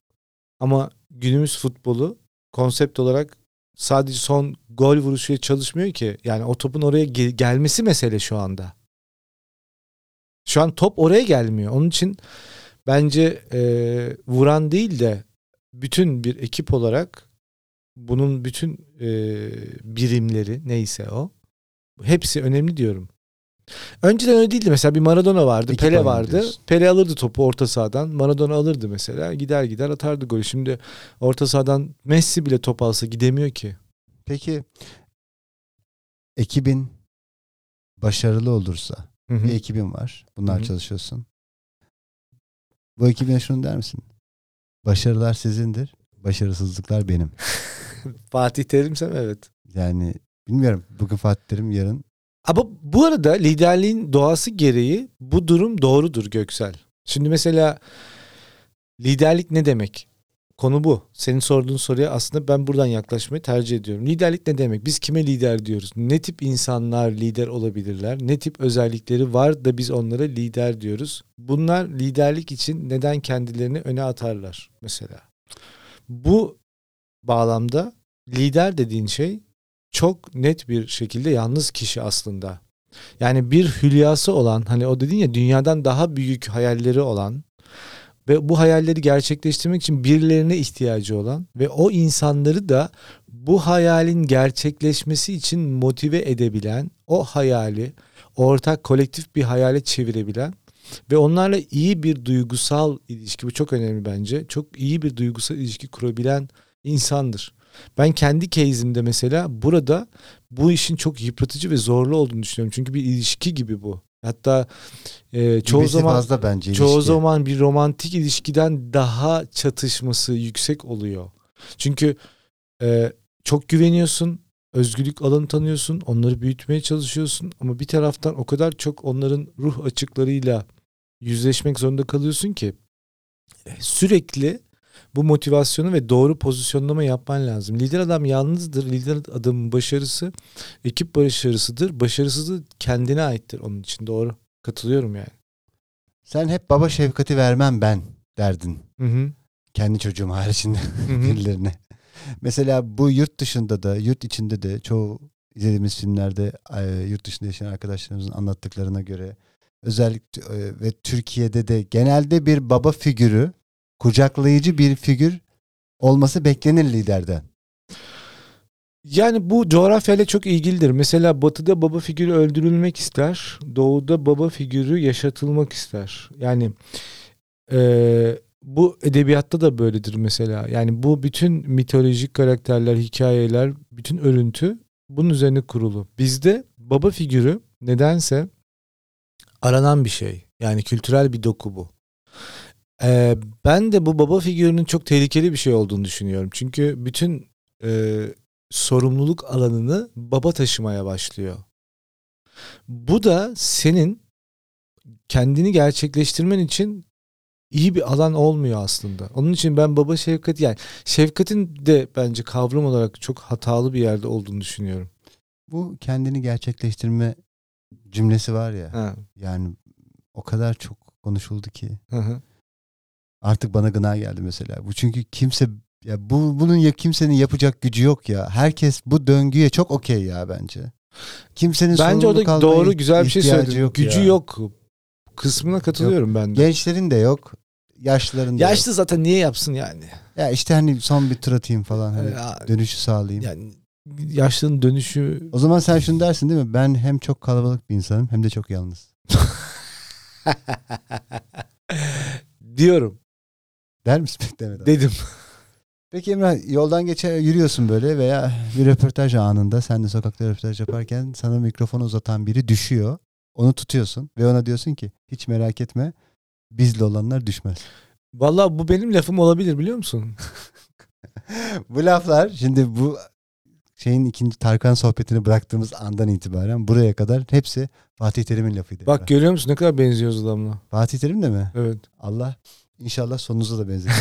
Speaker 1: Ama günümüz futbolu konsept olarak sadece son gol vuruşuyla çalışmıyor ki. Yani o topun oraya ge- gelmesi mesele şu anda. Şu an top oraya gelmiyor. Onun için bence e, vuran değil de bütün bir ekip olarak bunun bütün e, birimleri neyse o hepsi önemli diyorum. Önceden öyle değildi mesela bir Maradona vardı,
Speaker 2: Ekip
Speaker 1: Pele
Speaker 2: oyunu
Speaker 1: vardı.
Speaker 2: diyorsun.
Speaker 1: Pele alırdı topu orta sahadan, Maradona alırdı mesela. Gider gider atardı golü. Şimdi orta sahadan Messi bile top alsa gidemiyor ki.
Speaker 2: Peki ekibin başarılı olursa
Speaker 1: Hı hı.
Speaker 2: bir ekibin var. Bunlar
Speaker 1: Hı hı.
Speaker 2: çalışıyorsun. Bu ekibine şunu der misin? Başarılar sizindir. Başarısızlıklar benim.
Speaker 1: Fatih Terimsem evet.
Speaker 2: Yani bilmiyorum. Bugün Fatih Terim yarın
Speaker 1: Ama bu arada liderliğin doğası gereği bu durum doğrudur Göksel. Şimdi mesela liderlik ne demek? Konu bu. Senin sorduğun soruya aslında ben buradan yaklaşmayı tercih ediyorum. Liderlik ne demek? Biz kime lider diyoruz? Ne tip insanlar lider olabilirler? Ne tip özellikleri var da biz onlara lider diyoruz? Bunlar liderlik için neden kendilerini öne atarlar mesela? Bu bağlamda lider dediğin şey çok net bir şekilde yalnız kişi aslında. Yani bir hülyası olan hani o dedin ya dünyadan daha büyük hayalleri olan ve bu hayalleri gerçekleştirmek için birilerine ihtiyacı olan ve o insanları da bu hayalin gerçekleşmesi için motive edebilen, o hayali ortak kolektif bir hayale çevirebilen ve onlarla iyi bir duygusal ilişki bu çok önemli bence. Çok iyi bir duygusal ilişki kurabilen insandır. Ben kendi case'imde mesela burada bu işin çok yıpratıcı ve zorlu olduğunu düşünüyorum. Çünkü bir ilişki gibi bu. Hatta e, çoğu
Speaker 2: Birisi
Speaker 1: zaman
Speaker 2: fazla bence
Speaker 1: Çoğu
Speaker 2: ilişki.
Speaker 1: zaman bir romantik ilişkiden daha çatışması yüksek oluyor. Çünkü e, çok güveniyorsun, özgürlük alanı tanıyorsun, onları büyütmeye çalışıyorsun ama bir taraftan o kadar çok onların ruh açıklarıyla yüzleşmek zorunda kalıyorsun ki e, sürekli bu motivasyonu ve doğru pozisyonlama yapman lazım. Lider adam yalnızdır. Lider adamın başarısı ekip başarısıdır. Başarısızlığı kendine aittir onun için. Doğru. Katılıyorum yani.
Speaker 2: Sen hep baba şefkati vermem ben derdin.
Speaker 1: Hı hı.
Speaker 2: Kendi çocuğum haricinde
Speaker 1: Hı hı.
Speaker 2: birilerine. Mesela bu yurt dışında da yurt içinde de çoğu izlediğimiz filmlerde e, yurt dışında yaşayan arkadaşlarımızın anlattıklarına göre özellikle e, ve Türkiye'de de genelde bir baba figürü kucaklayıcı bir figür olması beklenir liderden.
Speaker 1: Yani bu coğrafyayla çok ilgilidir. Mesela batıda baba figürü öldürülmek ister. Doğuda baba figürü yaşatılmak ister. Yani eee, bu edebiyatta da böyledir mesela. Yani bu bütün mitolojik karakterler, hikayeler, bütün örüntü bunun üzerine kurulu. Bizde baba figürü nedense aranan bir şey. Yani kültürel bir doku bu. Eee, ben de bu baba figürünün çok tehlikeli bir şey olduğunu düşünüyorum. Çünkü bütün e, eee sorumluluk alanını baba taşımaya başlıyor. Bu da senin kendini gerçekleştirmen için iyi bir alan olmuyor aslında. Onun için ben baba şefkati yani şefkatin de bence kavram olarak çok hatalı bir yerde olduğunu düşünüyorum.
Speaker 2: Bu kendini gerçekleştirme cümlesi var ya.
Speaker 1: Ha.
Speaker 2: Yani o kadar çok konuşuldu ki.
Speaker 1: Hı hı.
Speaker 2: Artık bana gına geldi mesela. Bu çünkü kimse ya bu bunun ya kimsenin yapacak gücü yok ya. Herkes bu döngüye çok okey ya bence. Kimsenin
Speaker 1: Bence
Speaker 2: sorumluluk
Speaker 1: orada
Speaker 2: almaya
Speaker 1: doğru güzel bir şey
Speaker 2: ihtiyacı
Speaker 1: söyledin. Gücü
Speaker 2: ya.
Speaker 1: yok kısmına katılıyorum ben de.
Speaker 2: Gençlerin de yok. Yaşlıların da
Speaker 1: Yaşlı zaten niye yapsın yani?
Speaker 2: yok. Ya işte hani son bir tur atayım falan. Hani
Speaker 1: Ya-
Speaker 2: dönüşü sağlayayım.
Speaker 1: Yani yaşlının dönüşü
Speaker 2: O zaman sen şunu dersin değil mi? Ben hem çok kalabalık bir insanım hem de çok yalnız.
Speaker 1: diyorum
Speaker 2: Der misin? Demeden.
Speaker 1: dedim.
Speaker 2: Peki Emrah yoldan geçer yürüyorsun böyle veya bir röportaj anında sen de sokakta röportaj yaparken sana mikrofonu uzatan biri düşüyor. Onu tutuyorsun ve ona diyorsun ki hiç merak etme bizle olanlar düşmez.
Speaker 1: Vallahi bu benim lafım olabilir biliyor musun?
Speaker 2: bu laflar şimdi bu şeyin ikinci Tarkan sohbetini bıraktığımız andan itibaren buraya kadar hepsi Fatih Terim'in lafıydı.
Speaker 1: Bak
Speaker 2: Emrah.
Speaker 1: görüyor musun ne kadar benziyoruz adamla.
Speaker 2: Fatih Terim de mi?
Speaker 1: Evet.
Speaker 2: Allah inşallah sonunuza da benzetir.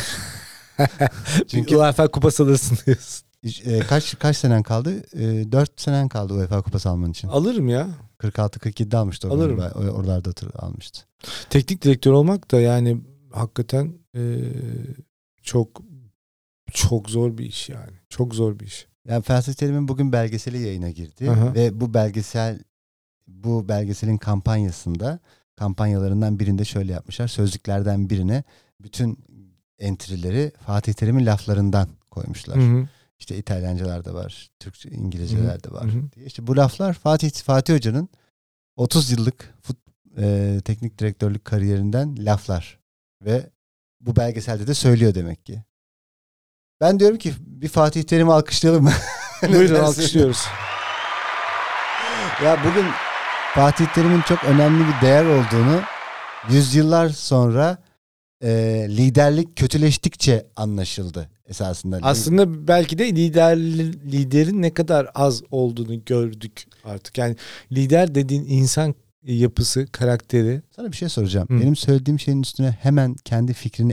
Speaker 1: Çünkü
Speaker 2: Çünkü
Speaker 1: UEFA kupası alırsın diyorsun.
Speaker 2: e, kaç kaç senen kaldı? 4 senen kaldı UEFA kupası alman için.
Speaker 1: Alırım ya.
Speaker 2: 46-47'de almıştı. o
Speaker 1: Alırım.
Speaker 2: galiba. O- Oralarda hatır- almıştı.
Speaker 1: Teknik direktör olmak da yani hakikaten e, çok çok zor bir iş yani. Çok zor bir iş.
Speaker 2: Yani Felsiz Terim'in bugün belgeseli yayına girdi.
Speaker 1: Aha.
Speaker 2: Ve bu belgesel bu belgeselin kampanyasında kampanyalarından birinde şöyle yapmışlar. Sözlüklerden birine bütün entrileri Fatih Terim'in laflarından koymuşlar.
Speaker 1: Hı hı.
Speaker 2: İşte İtalyancalar da var, Türkçe, İngilizceler de var.
Speaker 1: Hı hı.
Speaker 2: diye. İşte bu laflar Fatih Fatih Hoca'nın 30 yıllık fut, e, teknik direktörlük kariyerinden laflar ve bu belgeselde de söylüyor demek ki. Ben diyorum ki bir Fatih Terim'i alkışlayalım mı? Ne
Speaker 1: Buyurun
Speaker 2: dersin?
Speaker 1: alkışlıyoruz.
Speaker 2: Ya bugün Fatih Terim'in çok önemli bir değer olduğunu yüzyıllar sonra e, liderlik kötüleştikçe anlaşıldı esasında.
Speaker 1: Hani Aslında belki de lider liderin ne kadar az olduğunu gördük artık. Yani lider dediğin insan yapısı, karakteri.
Speaker 2: Sana bir şey soracağım.
Speaker 1: Hı.
Speaker 2: Benim söylediğim şeyin üstüne hemen kendi fikrini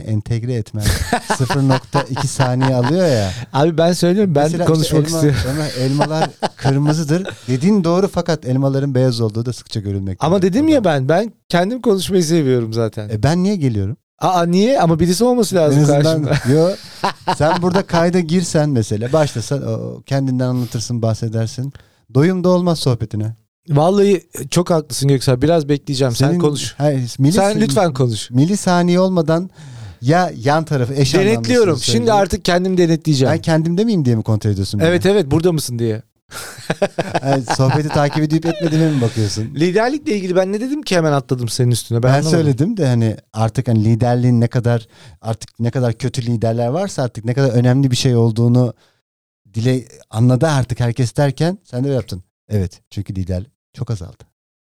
Speaker 2: entegre etmen 0.2 saniye alıyor ya.
Speaker 1: Abi ben söylüyorum ben
Speaker 2: Mesela işte
Speaker 1: konuşmak
Speaker 2: elma-
Speaker 1: istiyorum.
Speaker 2: elma- elmalar kırmızıdır. Dediğin doğru fakat elmaların beyaz olduğu da sıkça görülmekte.
Speaker 1: Ama dedim ya ben ben kendim konuşmayı seviyorum zaten.
Speaker 2: E ben niye geliyorum?
Speaker 1: Aa niye? Ama birisi olması lazım karşımda.
Speaker 2: yo, sen burada kayda girsen mesela başlasan o, kendinden anlatırsın bahsedersin. Doyum da olmaz sohbetine.
Speaker 1: Vallahi çok haklısın Göksel. Biraz bekleyeceğim. Sen konuş.
Speaker 2: Hayır, milis-
Speaker 1: Sen lütfen konuş.
Speaker 2: Milisaniye olmadan ya yan tarafı eş anlamlısını
Speaker 1: Denetliyorum.
Speaker 2: şey söyleyeyim.
Speaker 1: Şimdi artık kendim
Speaker 2: ben
Speaker 1: denetleyeceğim.
Speaker 2: kendimde miyim diye mi kontrol ediyorsun? beni?
Speaker 1: Evet evet burada mısın diye.
Speaker 2: Yani sohbeti takip edip etmediğime mi bakıyorsun?
Speaker 1: Liderlikle ilgili ben ne dedim ki hemen atladım senin üstüne. Ben,
Speaker 2: Ben,
Speaker 1: anlamadım.
Speaker 2: söyledim de hani artık hani liderliğin ne kadar artık ne kadar kötü liderler varsa artık ne kadar önemli bir şey olduğunu dile anladı artık herkes derken sen de öyle yaptın. Evet çünkü lider çok azaldı.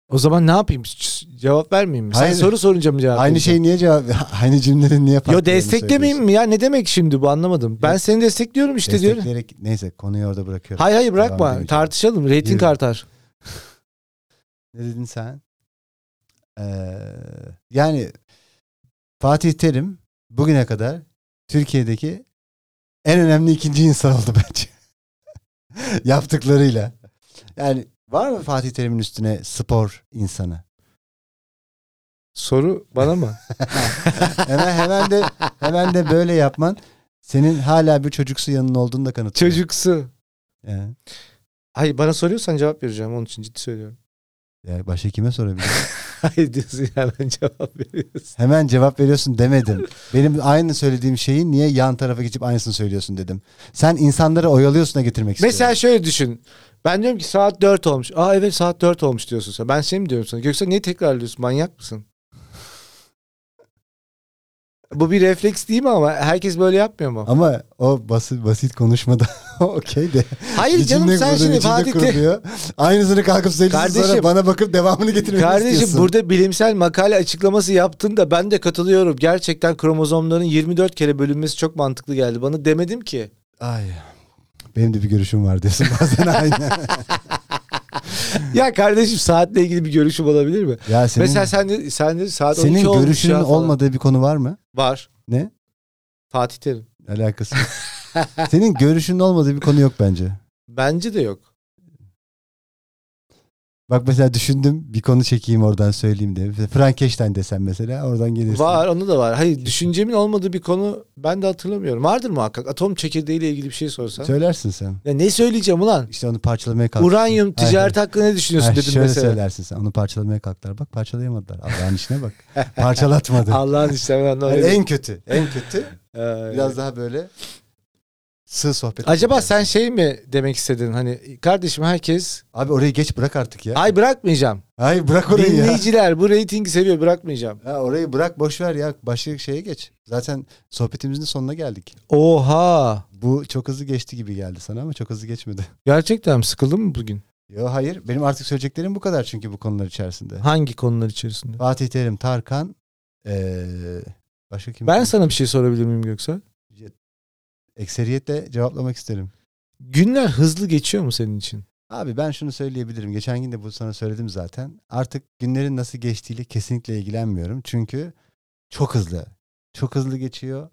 Speaker 1: O zaman ne yapayım? Ç- Cevap vermeyeyim mi? Sen
Speaker 2: Hayır.
Speaker 1: soru sorunca mı cevap
Speaker 2: aynı
Speaker 1: vereceğim?
Speaker 2: şey niye cevap aynı cümlenin niye farklı
Speaker 1: Yo
Speaker 2: olduğunu
Speaker 1: desteklemeyeyim mi ya? Ne demek şimdi bu anlamadım. Ben seni destekliyorum işte
Speaker 2: söylüyorsun?
Speaker 1: diyorum.
Speaker 2: Destekleyerek neyse konuyu orada bırakıyorum.
Speaker 1: Hayır hayır
Speaker 2: Devam
Speaker 1: bırakma.
Speaker 2: edemeyeceğim.
Speaker 1: Tartışalım. Rating
Speaker 2: Yürü.
Speaker 1: artar.
Speaker 2: Ne dedin sen? Ee, yani Fatih Terim bugüne kadar Türkiye'deki en önemli ikinci insan oldu bence. Yaptıklarıyla. Yani var mı Fatih Terim'in üstüne spor insanı?
Speaker 1: Soru bana mı?
Speaker 2: Hemen hemen de hemen de böyle yapman senin hala bir çocuksu yanın olduğunu da kanıtlıyor.
Speaker 1: Çocuksu.
Speaker 2: Ee,
Speaker 1: Hayır bana soruyorsan cevap vereceğim. Onun için ciddi söylüyorum.
Speaker 2: ya başka kime sorabilirim?
Speaker 1: Hayır diyorsun ya ben cevap veriyorsun.
Speaker 2: hemen cevap veriyorsun demedim. Benim aynı söylediğim şeyi niye yan tarafa geçip aynısını söylüyorsun dedim. Sen insanları oyalıyorsun da getirmek istiyorsun.
Speaker 1: Mesela şöyle düşün. Ben diyorum ki saat 4 olmuş. Aa evet saat 4 olmuş diyorsun sen. Ben şey mi diyorum sana? Göksel niye tekrarlıyorsun? Manyak mısın? Bu bir refleks değil mi ama? Herkes böyle yapmıyor mu?
Speaker 2: ama o basit basit konuşmada okey de.
Speaker 1: Hayır canım
Speaker 2: İçinde
Speaker 1: sen
Speaker 2: kurduğun,
Speaker 1: şimdi
Speaker 2: içinde
Speaker 1: Fatih Terim-
Speaker 2: kuruluyor. Aynısını kalkıp söylüyorsun
Speaker 1: Kardeşim-
Speaker 2: sonra bana bakıp devamını getirmek
Speaker 1: Kardeşim
Speaker 2: istiyorsun.
Speaker 1: burada bilimsel makale açıklaması yaptın da ben de katılıyorum. Gerçekten kromozomların 24 kere bölünmesi çok mantıklı geldi bana. Demedim ki.
Speaker 2: Ay. Benim de bir görüşüm var diyorsun bazen aynı.
Speaker 1: Ya kardeşim saatle ilgili bir görüşüm olabilir mi?
Speaker 2: ya senin,
Speaker 1: Mesela sen de, sen de saat 12
Speaker 2: senin
Speaker 1: olmuş
Speaker 2: görüşünün
Speaker 1: ya falan.
Speaker 2: olmadığı bir konu var mı?
Speaker 1: Var.
Speaker 2: Ne?
Speaker 1: Fatih Terim.
Speaker 2: Alakası yok. senin görüşünün olmadığı bir konu yok bence.
Speaker 1: Bence de yok.
Speaker 2: Bak mesela düşündüm bir konu çekeyim oradan söyleyeyim diye. Mesela Frankenstein desem mesela oradan gelirsin.
Speaker 1: Var onu da var. Hayır düşüncemin olmadığı bir konu ben de hatırlamıyorum. Vardır muhakkak. Atom çekirdeğiyle ilgili bir şey sorsan.
Speaker 2: Söylersin sen.
Speaker 1: Ya ne söyleyeceğim ulan?
Speaker 2: İşte onu parçalamaya kalk.
Speaker 1: Uranyum
Speaker 2: Hayır,
Speaker 1: ticareti hakkında ne
Speaker 2: hayır.
Speaker 1: düşünüyorsun
Speaker 2: Hayır,
Speaker 1: dedim
Speaker 2: şöyle
Speaker 1: mesela.
Speaker 2: söylersin sen. Onu parçalamaya kalktılar. Bak parçalayamadılar. Allah'ın işine bak. Parçalatmadı.
Speaker 1: Allah'ın işlemden
Speaker 2: Yani
Speaker 1: öyle.
Speaker 2: en kötü. En kötü.
Speaker 1: Ee,
Speaker 2: Biraz daha böyle sığ sohbet.
Speaker 1: Acaba
Speaker 2: edersin.
Speaker 1: sen şey mi demek istedin? Hani kardeşim herkes
Speaker 2: Abi orayı geç bırak artık ya.
Speaker 1: ay bırakmayacağım.
Speaker 2: Ay bırak orayı ya.
Speaker 1: Dinleyiciler bu reytingi seviyor bırakmayacağım.
Speaker 2: Ha, orayı bırak boş ver ya. Başka şeye geç. Zaten sohbetimizin sonuna geldik.
Speaker 1: Oha.
Speaker 2: Bu çok hızlı geçti gibi geldi sana ama çok hızlı geçmedi.
Speaker 1: Gerçekten mi? sıkıldın mı bugün?
Speaker 2: Yo hayır. Benim artık söyleyeceklerim bu kadar çünkü bu konular içerisinde.
Speaker 1: Hangi konular içerisinde?
Speaker 2: Fatih Terim, Tarkan, ee, başka kim?
Speaker 1: Ben sana bir şey sorabilir miyim Göksel?
Speaker 2: Ekseriyetle cevaplamak isterim.
Speaker 1: Günler hızlı geçiyor mu senin için?
Speaker 2: Abi ben şunu söyleyebilirim. Geçen gün de bu sana söyledim zaten. Artık günlerin nasıl geçtiğiyle kesinlikle ilgilenmiyorum. Çünkü çok hızlı. Çok hızlı geçiyor.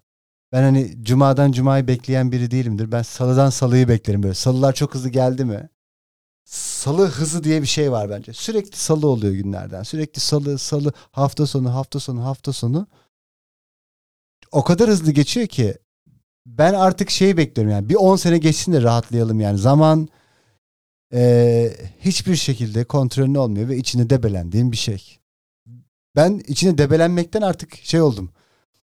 Speaker 2: Ben hani cumadan cumayı bekleyen biri değilimdir. Ben salıdan salıyı beklerim böyle. Salılar çok hızlı geldi mi? Salı hızı diye bir şey var bence. Sürekli salı oluyor günlerden. Sürekli salı, salı, hafta sonu, hafta sonu, hafta sonu. O kadar hızlı geçiyor ki ben artık şeyi bekliyorum yani. Bir 10 sene geçsin de rahatlayalım yani. Zaman ee, hiçbir şekilde kontrolün olmuyor ve içine debelendiğin bir şey. Ben içine debelenmekten artık şey oldum.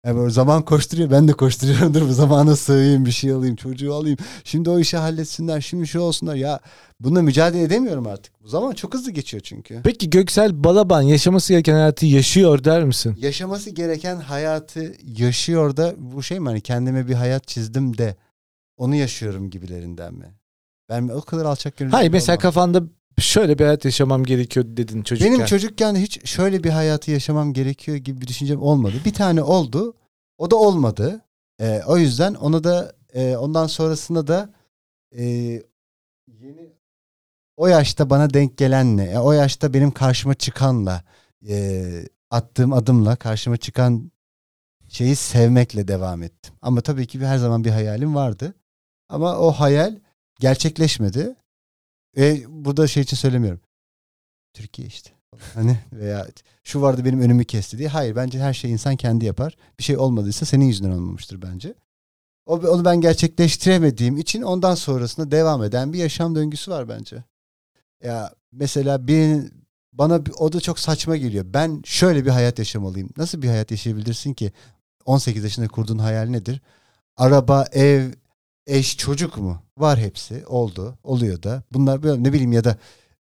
Speaker 2: Yani böyle zaman koşturuyor ben de koşturuyorum dur bu zamana sığayım bir şey alayım çocuğu alayım. Şimdi o işi halletsinler şimdi şu olsunlar ya bununla mücadele edemiyorum artık. Bu zaman çok hızlı geçiyor çünkü.
Speaker 1: Peki Göksel Balaban yaşaması gereken hayatı yaşıyor der misin?
Speaker 2: Yaşaması gereken hayatı yaşıyor da bu şey mi hani kendime bir hayat çizdim de onu yaşıyorum gibilerinden mi? Ben o kadar alçak gönüllü
Speaker 1: Hayır
Speaker 2: olmam.
Speaker 1: mesela kafanda şöyle bir hayat yaşamam gerekiyor dedin çocukken.
Speaker 2: Benim çocukken hiç şöyle bir hayatı yaşamam gerekiyor gibi bir düşüncem olmadı. Bir tane oldu. O da olmadı. Ee, o yüzden ona da e, ondan sonrasında da e, yeni o yaşta bana denk gelenle, e, o yaşta benim karşıma çıkanla e, attığım adımla karşıma çıkan şeyi sevmekle devam ettim. Ama tabii ki bir- her zaman bir hayalim vardı. Ama o hayal gerçekleşmedi. E, burada şey için söylemiyorum. Türkiye işte. Hani veya şu vardı benim önümü kesti diye. Hayır bence her şeyi insan kendi yapar. Bir şey olmadıysa senin yüzünden olmamıştır bence. O, onu ben gerçekleştiremediğim için ondan sonrasında devam eden bir yaşam döngüsü var bence. Ya mesela bir bana bir- o da çok saçma geliyor. Ben şöyle bir hayat yaşamalıyım. Nasıl bir hayat yaşayabilirsin ki? 18 yaşında kurduğun hayal nedir? Araba, ev, eş, çocuk mu? Var hepsi. Oldu. Oluyor da. Bunlar böyle ne bileyim ya da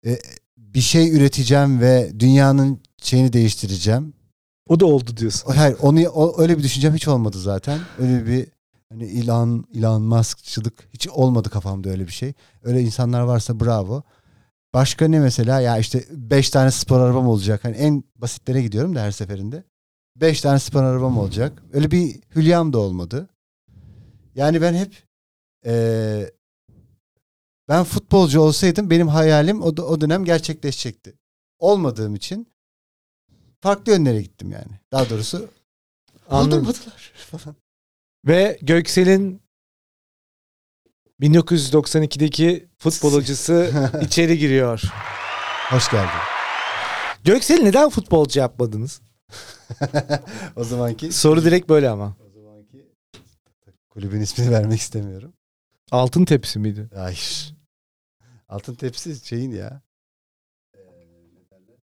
Speaker 2: e, bir şey üreteceğim ve dünyanın şeyini değiştireceğim.
Speaker 1: O da oldu diyorsun.
Speaker 2: O- Hayır onu o- öyle bir düşüncem hiç olmadı zaten. Öyle bir hani ilan ilan Musk'çılık hiç olmadı kafamda öyle bir şey. Öyle insanlar varsa bravo. Başka ne mesela ya işte 5 tane spor arabam olacak. Hani en basitlere gidiyorum da her seferinde. 5 tane spor arabam olacak. Öyle bir hülyam da olmadı. Yani ben hep eee, ben futbolcu olsaydım benim hayalim o, da- o dönem gerçekleşecekti. Olmadığım için farklı yönlere gittim yani. Daha doğrusu
Speaker 1: Anladım.
Speaker 2: Doldurmadılar falan.
Speaker 1: Ve Göksel'in 1992'deki futbol hocası içeri giriyor.
Speaker 2: Hoş geldin.
Speaker 1: Göksel'i neden futbolcu yapmadınız?
Speaker 2: o zamanki
Speaker 1: Soru direkt böyle ama.
Speaker 2: o zamanki kulübün ismini vermek istemiyorum.
Speaker 1: Altın tepsi miydi?
Speaker 2: Hayır. Altın tepsi şeyin ya. Ee, ne derler?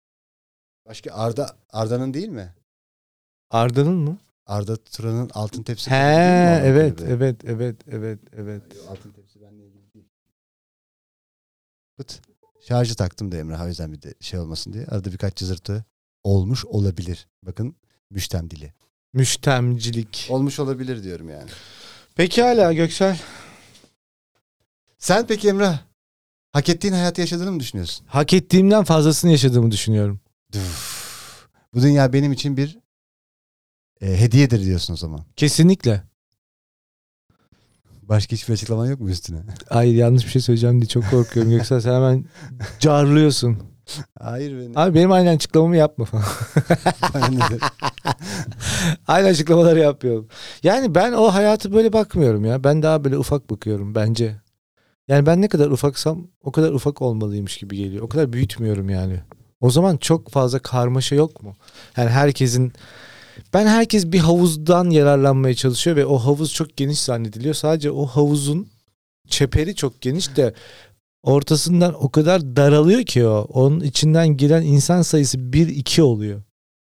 Speaker 2: Başka Arda Arda'nın değil mi?
Speaker 1: Arda'nın mı?
Speaker 2: Arda Turan'ın altın tepsi.
Speaker 1: He
Speaker 2: kulübü değil mi onun
Speaker 1: evet
Speaker 2: kulübü?
Speaker 1: evet evet evet evet.
Speaker 2: Yo, Altın tepsi benimle ilgili değil. Pıt. Şarjı taktım da Emrah o yüzden bir de şey olmasın diye. Arada birkaç cızırtı olmuş olabilir. Bakın müştem dili.
Speaker 1: Müştemcilik.
Speaker 2: Olmuş olabilir diyorum yani.
Speaker 1: Peki hala Göksel.
Speaker 2: Sen peki Emrah hak ettiğin hayatı yaşadığını mı düşünüyorsun?
Speaker 1: Hak ettiğimden fazlasını yaşadığımı düşünüyorum.
Speaker 2: Üf. Bu dünya benim için bir e, hediyedir diyorsun o zaman.
Speaker 1: Kesinlikle.
Speaker 2: Başka hiçbir açıklaman yok mu üstüne?
Speaker 1: Hayır yanlış bir şey söyleyeceğim diye çok korkuyorum. Göksel sen hemen carlıyorsun.
Speaker 2: Hayır benim.
Speaker 1: Abi benim aynen açıklamamı yapma falan. Aynı açıklamaları yapıyorum. Yani ben o hayatı böyle bakmıyorum ya. Ben daha böyle ufak bakıyorum bence. Yani ben ne kadar ufaksam o kadar ufak olmalıymış gibi geliyor. O kadar büyütmüyorum yani. O zaman çok fazla karmaşa yok mu? Yani herkesin ben herkes bir havuzdan yararlanmaya çalışıyor ve o havuz çok geniş zannediliyor. Sadece o havuzun çeperi çok geniş de ortasından o kadar daralıyor ki o. Onun içinden giren insan sayısı 1-2 oluyor.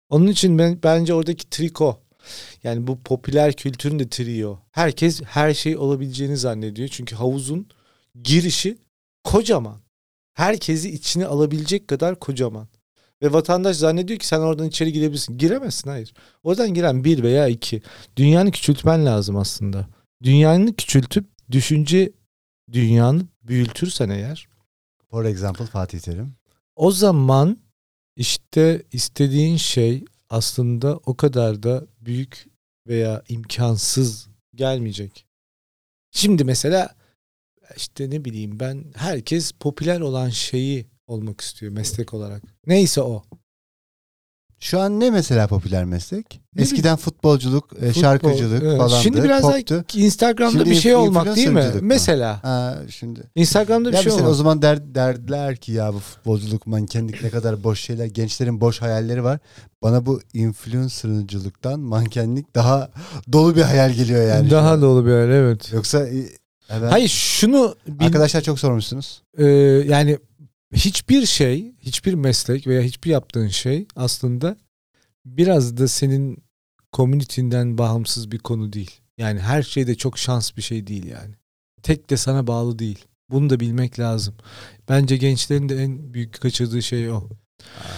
Speaker 1: Onun için ben bence oradaki triko yani bu popüler kültürün de trio. Herkes her şey olabileceğini zannediyor. Çünkü havuzun girişi kocaman. Herkesi içine alabilecek kadar kocaman. Ve vatandaş zannediyor ki sen oradan içeri girebilirsin. Giremezsin hayır. Oradan giren bir veya iki. Dünyanı küçültmen lazım aslında. Dünyanı küçültüp düşünce dünyanı büyütürsen eğer
Speaker 2: For example Fatih Terim.
Speaker 1: o zaman işte istediğin şey aslında o kadar da büyük veya imkansız gelmeyecek. Şimdi mesela işte ne bileyim ben herkes popüler olan şeyi olmak istiyor meslek olarak. Neyse o.
Speaker 2: Şu an ne mesela popüler meslek?
Speaker 1: Ne
Speaker 2: Eskiden futbolculuk, e,
Speaker 1: Futbol,
Speaker 2: şarkıcılık
Speaker 1: evet.
Speaker 2: falandı.
Speaker 1: Şimdi biraz daha
Speaker 2: poptu.
Speaker 1: Instagram'da
Speaker 2: Şimdi
Speaker 1: bir şey olmak değil mi?
Speaker 2: influencer'cılık mı?
Speaker 1: Mesela
Speaker 2: Ha, şimdi
Speaker 1: Instagram'da bir
Speaker 2: ya
Speaker 1: şey
Speaker 2: mesela
Speaker 1: olmak.
Speaker 2: o zaman der, derdiler ki ya bu futbolculuk, mankenlik ne kadar boş şeyler. Gençlerin boş hayalleri var. Bana bu influencer'cılıktan mankenlik daha dolu bir hayal geliyor yani.
Speaker 1: Daha dolu bir yer evet.
Speaker 2: Yoksa e, evet.
Speaker 1: Hayır şunu bil-
Speaker 2: Arkadaşlar çok sormuşsunuz.
Speaker 1: Ee, yani hiçbir şey, hiçbir meslek veya hiçbir yaptığın şey aslında biraz da senin komünitinden bağımsız bir konu değil. Yani her şey de çok şans bir şey değil yani. Tek de sana bağlı değil. Bunu da bilmek lazım. Bence gençlerin de en büyük kaçırdığı şey o.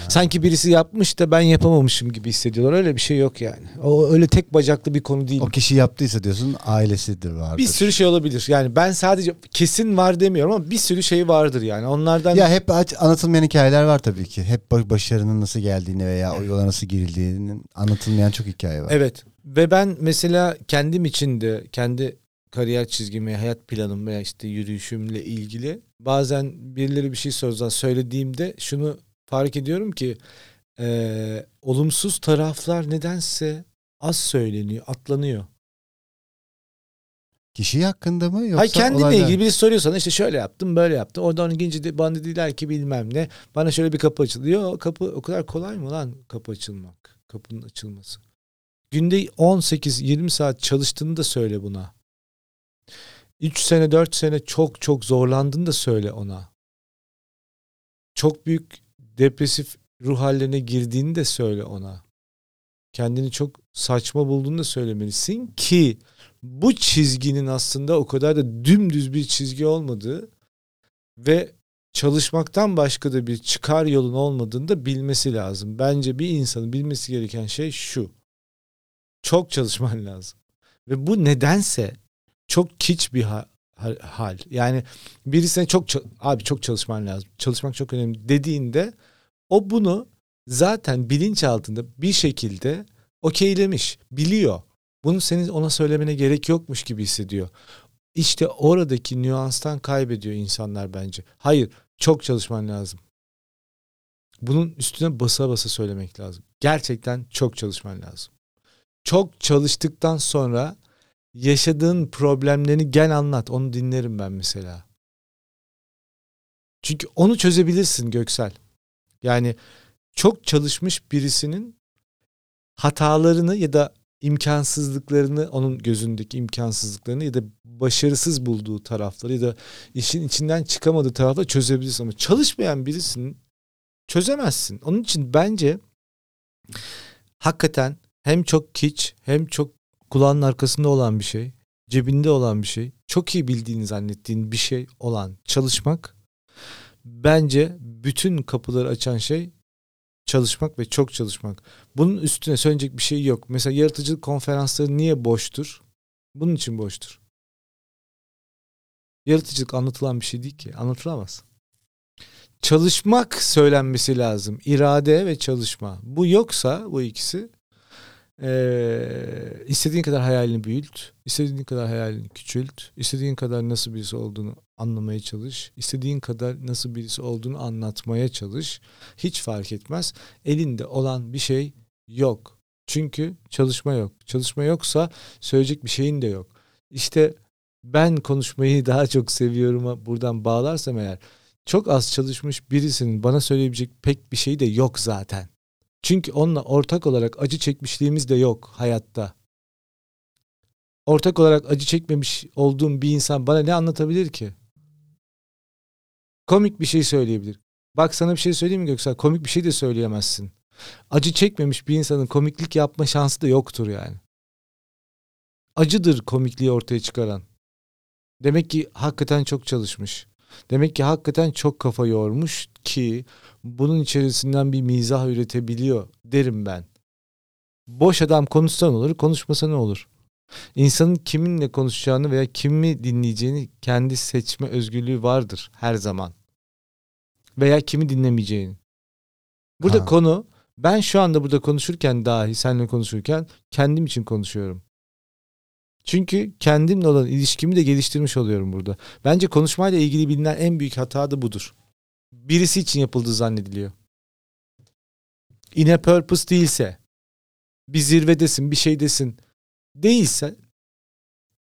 Speaker 1: Sanki birisi yapmış da ben yapamamışım gibi hissediyorlar. Öyle bir şey yok yani. O öyle tek bacaklı bir konu değil.
Speaker 2: O kişi yaptıysa diyorsun ailesidir vardır.
Speaker 1: Bir sürü şey olabilir. Yani ben sadece kesin var demiyorum ama bir sürü şey vardır yani. Onlardan
Speaker 2: Ya hep aç- anlatılmayan hikayeler var tabii ki. Hep ba- başarının nasıl geldiğini veya o yola nasıl girildiğinin anlatılmayan çok hikaye var.
Speaker 1: Evet ve ben mesela kendim için de kendi kariyer çizgimi, hayat planım veya işte yürüyüşümle ilgili bazen birileri bir şey sorduğunda söylediğimde şunu fark ediyorum ki eee, olumsuz taraflar nedense az söyleniyor, atlanıyor.
Speaker 2: Kişi hakkında mı yoksa
Speaker 1: Hay kendinle
Speaker 2: olaylar-
Speaker 1: ilgili birisi soruyor sana işte şöyle yaptım, böyle yaptım. Oradan ikinci de bana dediler ki bilmem ne. Bana şöyle bir kapı açıldı. Yo kapı o kadar kolay mı lan kapı açılmak? Kapının açılması. Günde 18-20 saat çalıştığını da söyle buna. 3 sene 4 sene çok çok zorlandığını da söyle ona. Çok büyük depresif ruh hallerine girdiğini de söyle ona. Kendini çok saçma bulduğunu da söylemelisin ki bu çizginin aslında o kadar da dümdüz bir çizgi olmadığı ve çalışmaktan başka da bir çıkar yolun olmadığını da bilmesi lazım. Bence bir insanın bilmesi gereken şey şu. Çok çalışman lazım. Ve bu nedense çok kiç bir ha- ha- hal. Yani birisine çok ça- abi çok çalışman lazım. Çalışmak çok önemli dediğinde o bunu zaten bilinç altında bir şekilde okeylemiş, biliyor. Bunu senin ona söylemene gerek yokmuş gibi hissediyor. İşte oradaki nüanstan kaybediyor insanlar bence. Hayır, çok çalışman lazım. Bunun üstüne basa basa söylemek lazım. Gerçekten çok çalışman lazım. Çok çalıştıktan sonra yaşadığın problemlerini gel anlat. Onu dinlerim ben mesela. Çünkü onu çözebilirsin Göksel. Yani çok çalışmış birisinin hatalarını ya da imkansızlıklarını onun gözündeki imkansızlıklarını ya da başarısız bulduğu tarafları ya da işin içinden çıkamadığı tarafları çözebilirsin ama çalışmayan birisinin çözemezsin. Onun için bence hakikaten hem çok kiç hem çok kulağın arkasında olan bir şey, cebinde olan bir şey, çok iyi bildiğini zannettiğin bir şey olan çalışmak bence bütün kapıları açan şey çalışmak ve çok çalışmak. Bunun üstüne söyleyecek bir şey yok. Mesela yaratıcılık konferansları niye boştur? Bunun için boştur. Yaratıcılık anlatılan bir şey değil ki. Anlatılamaz. Çalışmak söylenmesi lazım. İrade ve çalışma. Bu yoksa bu ikisi ee, istediğin kadar hayalini büyüt, istediğin kadar hayalini küçült, istediğin kadar nasıl birisi olduğunu anlamaya çalış, istediğin kadar nasıl birisi olduğunu anlatmaya çalış. Hiç fark etmez. Elinde olan bir şey yok. Çünkü çalışma yok. Çalışma yoksa söyleyecek bir şeyin de yok. İşte ben konuşmayı daha çok seviyorum'a buradan bağlarsam eğer çok az çalışmış birisinin bana söyleyebilecek pek bir şey de yok zaten. Çünkü onunla ortak olarak acı çekmişliğimiz de yok hayatta. Ortak olarak acı çekmemiş olduğum bir insan bana ne anlatabilir ki? Komik bir şey söyleyebilir. Bak sana bir şey söyleyeyim mi Göksel? Komik bir şey de söyleyemezsin. Acı çekmemiş bir insanın komiklik yapma şansı da yoktur yani. Acıdır komikliği ortaya çıkaran. Demek ki hakikaten çok çalışmış. Demek ki hakikaten çok kafa yormuş ki bunun içerisinden bir mizah üretebiliyor derim ben. Boş adam konuşsa ne olur, konuşmasa ne olur? İnsanın kiminle konuşacağını veya kimi dinleyeceğini kendi seçme özgürlüğü vardır her zaman. Veya kimi dinlemeyeceğini. Burada
Speaker 2: Ha.
Speaker 1: konu ben şu anda burada konuşurken dahi seninle konuşurken kendim için konuşuyorum. Çünkü kendimle olan ilişkimi de geliştirmiş oluyorum burada. Bence konuşmayla ilgili bilinen en büyük hata da budur. Birisi için yapıldığı zannediliyor. In a purpose değilse, bir zirvedesin, bir şeydesin değilse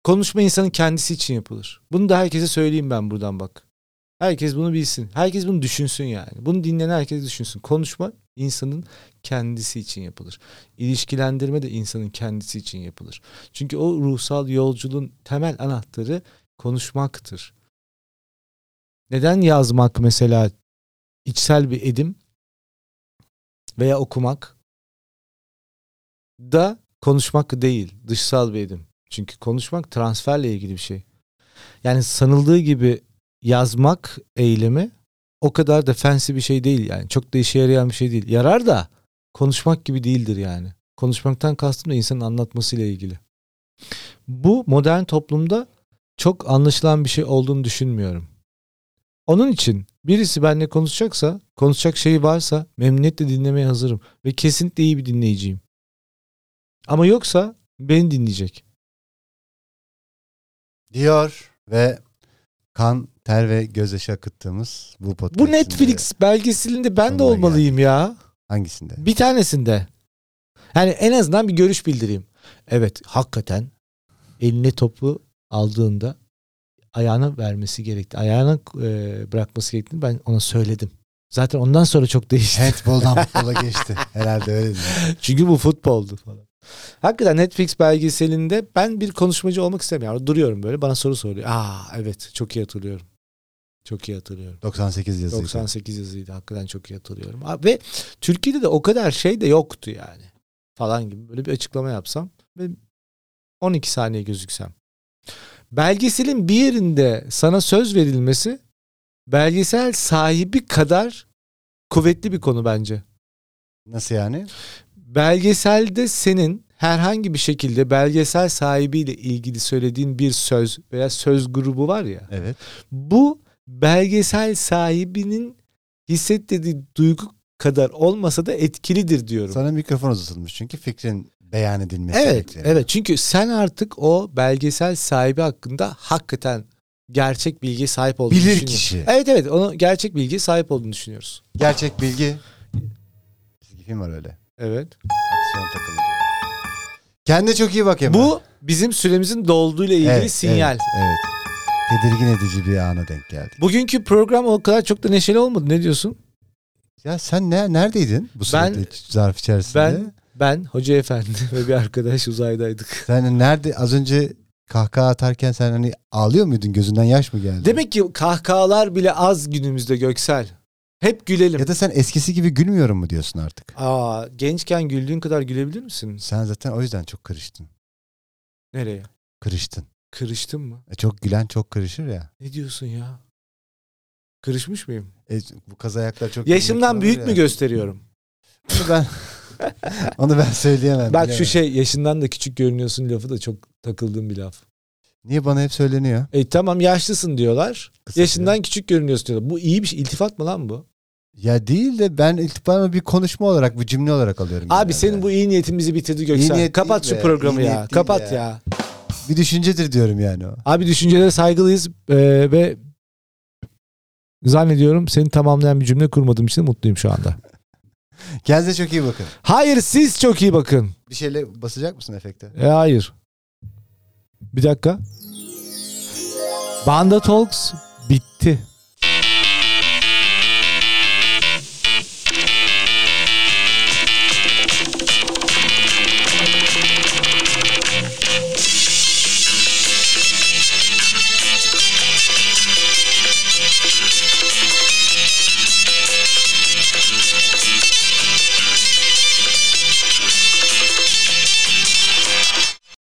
Speaker 1: konuşma insanın kendisi için yapılır. Bunu da herkese söyleyeyim ben buradan bak. Herkes bunu bilsin. Herkes bunu düşünsün yani. Bunu dinleyen herkes düşünsün. Konuşma insanın kendisi için yapılır. İlişkilendirme de insanın kendisi için yapılır. Çünkü o ruhsal yolculuğun temel anahtarı konuşmaktır. Neden yazmak mesela içsel bir edim veya okumak da konuşmak değil, dışsal bir edim. Çünkü konuşmak transferle ilgili bir şey. Yani sanıldığı gibi yazmak eylemi o kadar da fancy bir şey değil yani. Çok da işe yarayan bir şey değil. Yarar da konuşmak gibi değildir yani. Konuşmaktan kastım da insanın anlatmasıyla ilgili. Bu modern toplumda çok anlaşılan bir şey olduğunu düşünmüyorum. Onun için birisi benimle konuşacaksa, konuşacak şeyi varsa memnuniyetle dinlemeye hazırım. Ve kesinlikle iyi bir dinleyiciyim. Ama yoksa beni dinleyecek.
Speaker 2: diyor ve kan, ter ve gözyaşı akıttığımız bu
Speaker 1: Bu
Speaker 2: podcast'in de-
Speaker 1: Netflix belgeselinde ben de
Speaker 2: Sonuna
Speaker 1: olmalıyım ya.
Speaker 2: Hangisinde?
Speaker 1: Bir tanesinde. Yani en azından bir görüş bildireyim. Evet hakikaten eline topu aldığında ayağına vermesi gerekti. Ayağına e, bırakması gerektiğini ben ona söyledim. Zaten ondan sonra çok değişti.
Speaker 2: Handball'dan futbola geçti. Herhalde öyle. dedi.
Speaker 1: Çünkü bu futboldu falan. Hakikaten Netflix belgeselinde ben bir konuşmacı olmak istemiyorum. Duruyorum böyle bana soru soruyor. Aa evet çok iyi hatırlıyorum. Çok iyi hatırlıyorum.
Speaker 2: 98 yazıydı.
Speaker 1: 98 yazıydı hakikaten çok iyi hatırlıyorum. Abi, ve Türkiye'de de o kadar şey de yoktu yani. Falan gibi böyle bir açıklama yapsam ve 12 saniye gözüksem. Belgeselin bir yerinde sana söz verilmesi belgesel sahibi kadar kuvvetli bir konu bence.
Speaker 2: Nasıl yani?
Speaker 1: Belgeselde senin herhangi bir şekilde belgesel sahibiyle ilgili söylediğin bir söz veya söz grubu var ya.
Speaker 2: Evet.
Speaker 1: Bu belgesel sahibinin hissettiği duygu kadar olmasa da etkilidir diyorum.
Speaker 2: Sana mikrofon uzatılmış çünkü fikrin beyan edilmesi.
Speaker 1: Evet,
Speaker 2: bekleniyor.
Speaker 1: evet. Çünkü sen artık o belgesel sahibi hakkında hakikaten gerçek bilgiye sahip olduğunu
Speaker 2: Bilir
Speaker 1: düşünüyorsun.
Speaker 2: kişi.
Speaker 1: Evet, evet. Onu gerçek bilgiye sahip olduğunu düşünüyoruz.
Speaker 2: Gerçek bilgi. Çizgi film var öyle.
Speaker 1: Evet.
Speaker 2: Aksiyon takımı. diyor. Kendine çok iyi bak Emre.
Speaker 1: Bu bizim süremizin dolduğuyla ilgili sinyal.
Speaker 2: Evet, evet. Tedirgin edici bir ana denk geldik.
Speaker 1: Bugünkü program o kadar çok da neşeli olmadı. Ne diyorsun?
Speaker 2: Ya sen ne neredeydin bu
Speaker 1: Ben-
Speaker 2: sürede zarf içerisinde?
Speaker 1: Ben Ben, hoca efendi ve bir arkadaş uzaydaydık.
Speaker 2: Sen nerede az önce kahkaha atarken sen hani ağlıyor muydun? Gözünden yaş mı geldi?
Speaker 1: Demek ki kahkahalar bile az günümüzde Göksel. Hep gülelim.
Speaker 2: Ya da sen eskisi gibi gülmüyorum mu diyorsun artık?
Speaker 1: Aa, gençken güldüğün kadar gülebilir misin?
Speaker 2: Sen zaten o yüzden çok kırıştın.
Speaker 1: Nereye?
Speaker 2: Kırıştın.
Speaker 1: Kırıştın mı?
Speaker 2: E çok gülen çok kırışır ya.
Speaker 1: Ne diyorsun ya? Kırışmış mıyım?
Speaker 2: E, bu kaz ayaklar çok...
Speaker 1: Yaşımdan
Speaker 2: kırmak
Speaker 1: büyük
Speaker 2: var
Speaker 1: mü
Speaker 2: ya.
Speaker 1: gösteriyorum?
Speaker 2: Onu ben, onu ben söyleyemem.
Speaker 1: Bak şu
Speaker 2: bilemem.
Speaker 1: şey yaşından da küçük görünüyorsun lafı da çok takıldığım bir laf.
Speaker 2: Niye bana hep söyleniyor?
Speaker 1: E tamam yaşlısın diyorlar.
Speaker 2: Kısa
Speaker 1: yaşından küçük görünüyorsun diyorlar. Bu iyi bir şey. İltifat mı lan bu?
Speaker 2: Ya değil de ben iltifatımı bir konuşma olarak, bir cümle olarak alıyorum.
Speaker 1: Abi
Speaker 2: genelde.
Speaker 1: senin bu iyi niyetimizi bitirdi Göksel.
Speaker 2: niyet
Speaker 1: Kapat
Speaker 2: değil
Speaker 1: şu
Speaker 2: be,
Speaker 1: programı
Speaker 2: iyi
Speaker 1: ya.
Speaker 2: niyet değil
Speaker 1: Kapat ya.
Speaker 2: ya. Bir düşüncedir diyorum yani o.
Speaker 1: Abi düşüncelere saygılıyız e, ve zannediyorum seni tamamlayan bir cümle kurmadığım için mutluyum şu anda.
Speaker 2: Kendinize çok iyi bakın.
Speaker 1: Hayır siz çok iyi bakın.
Speaker 2: Bir şeyle basacak mısın efekte?
Speaker 1: E hayır. Bir dakika. Banda Talks bitti.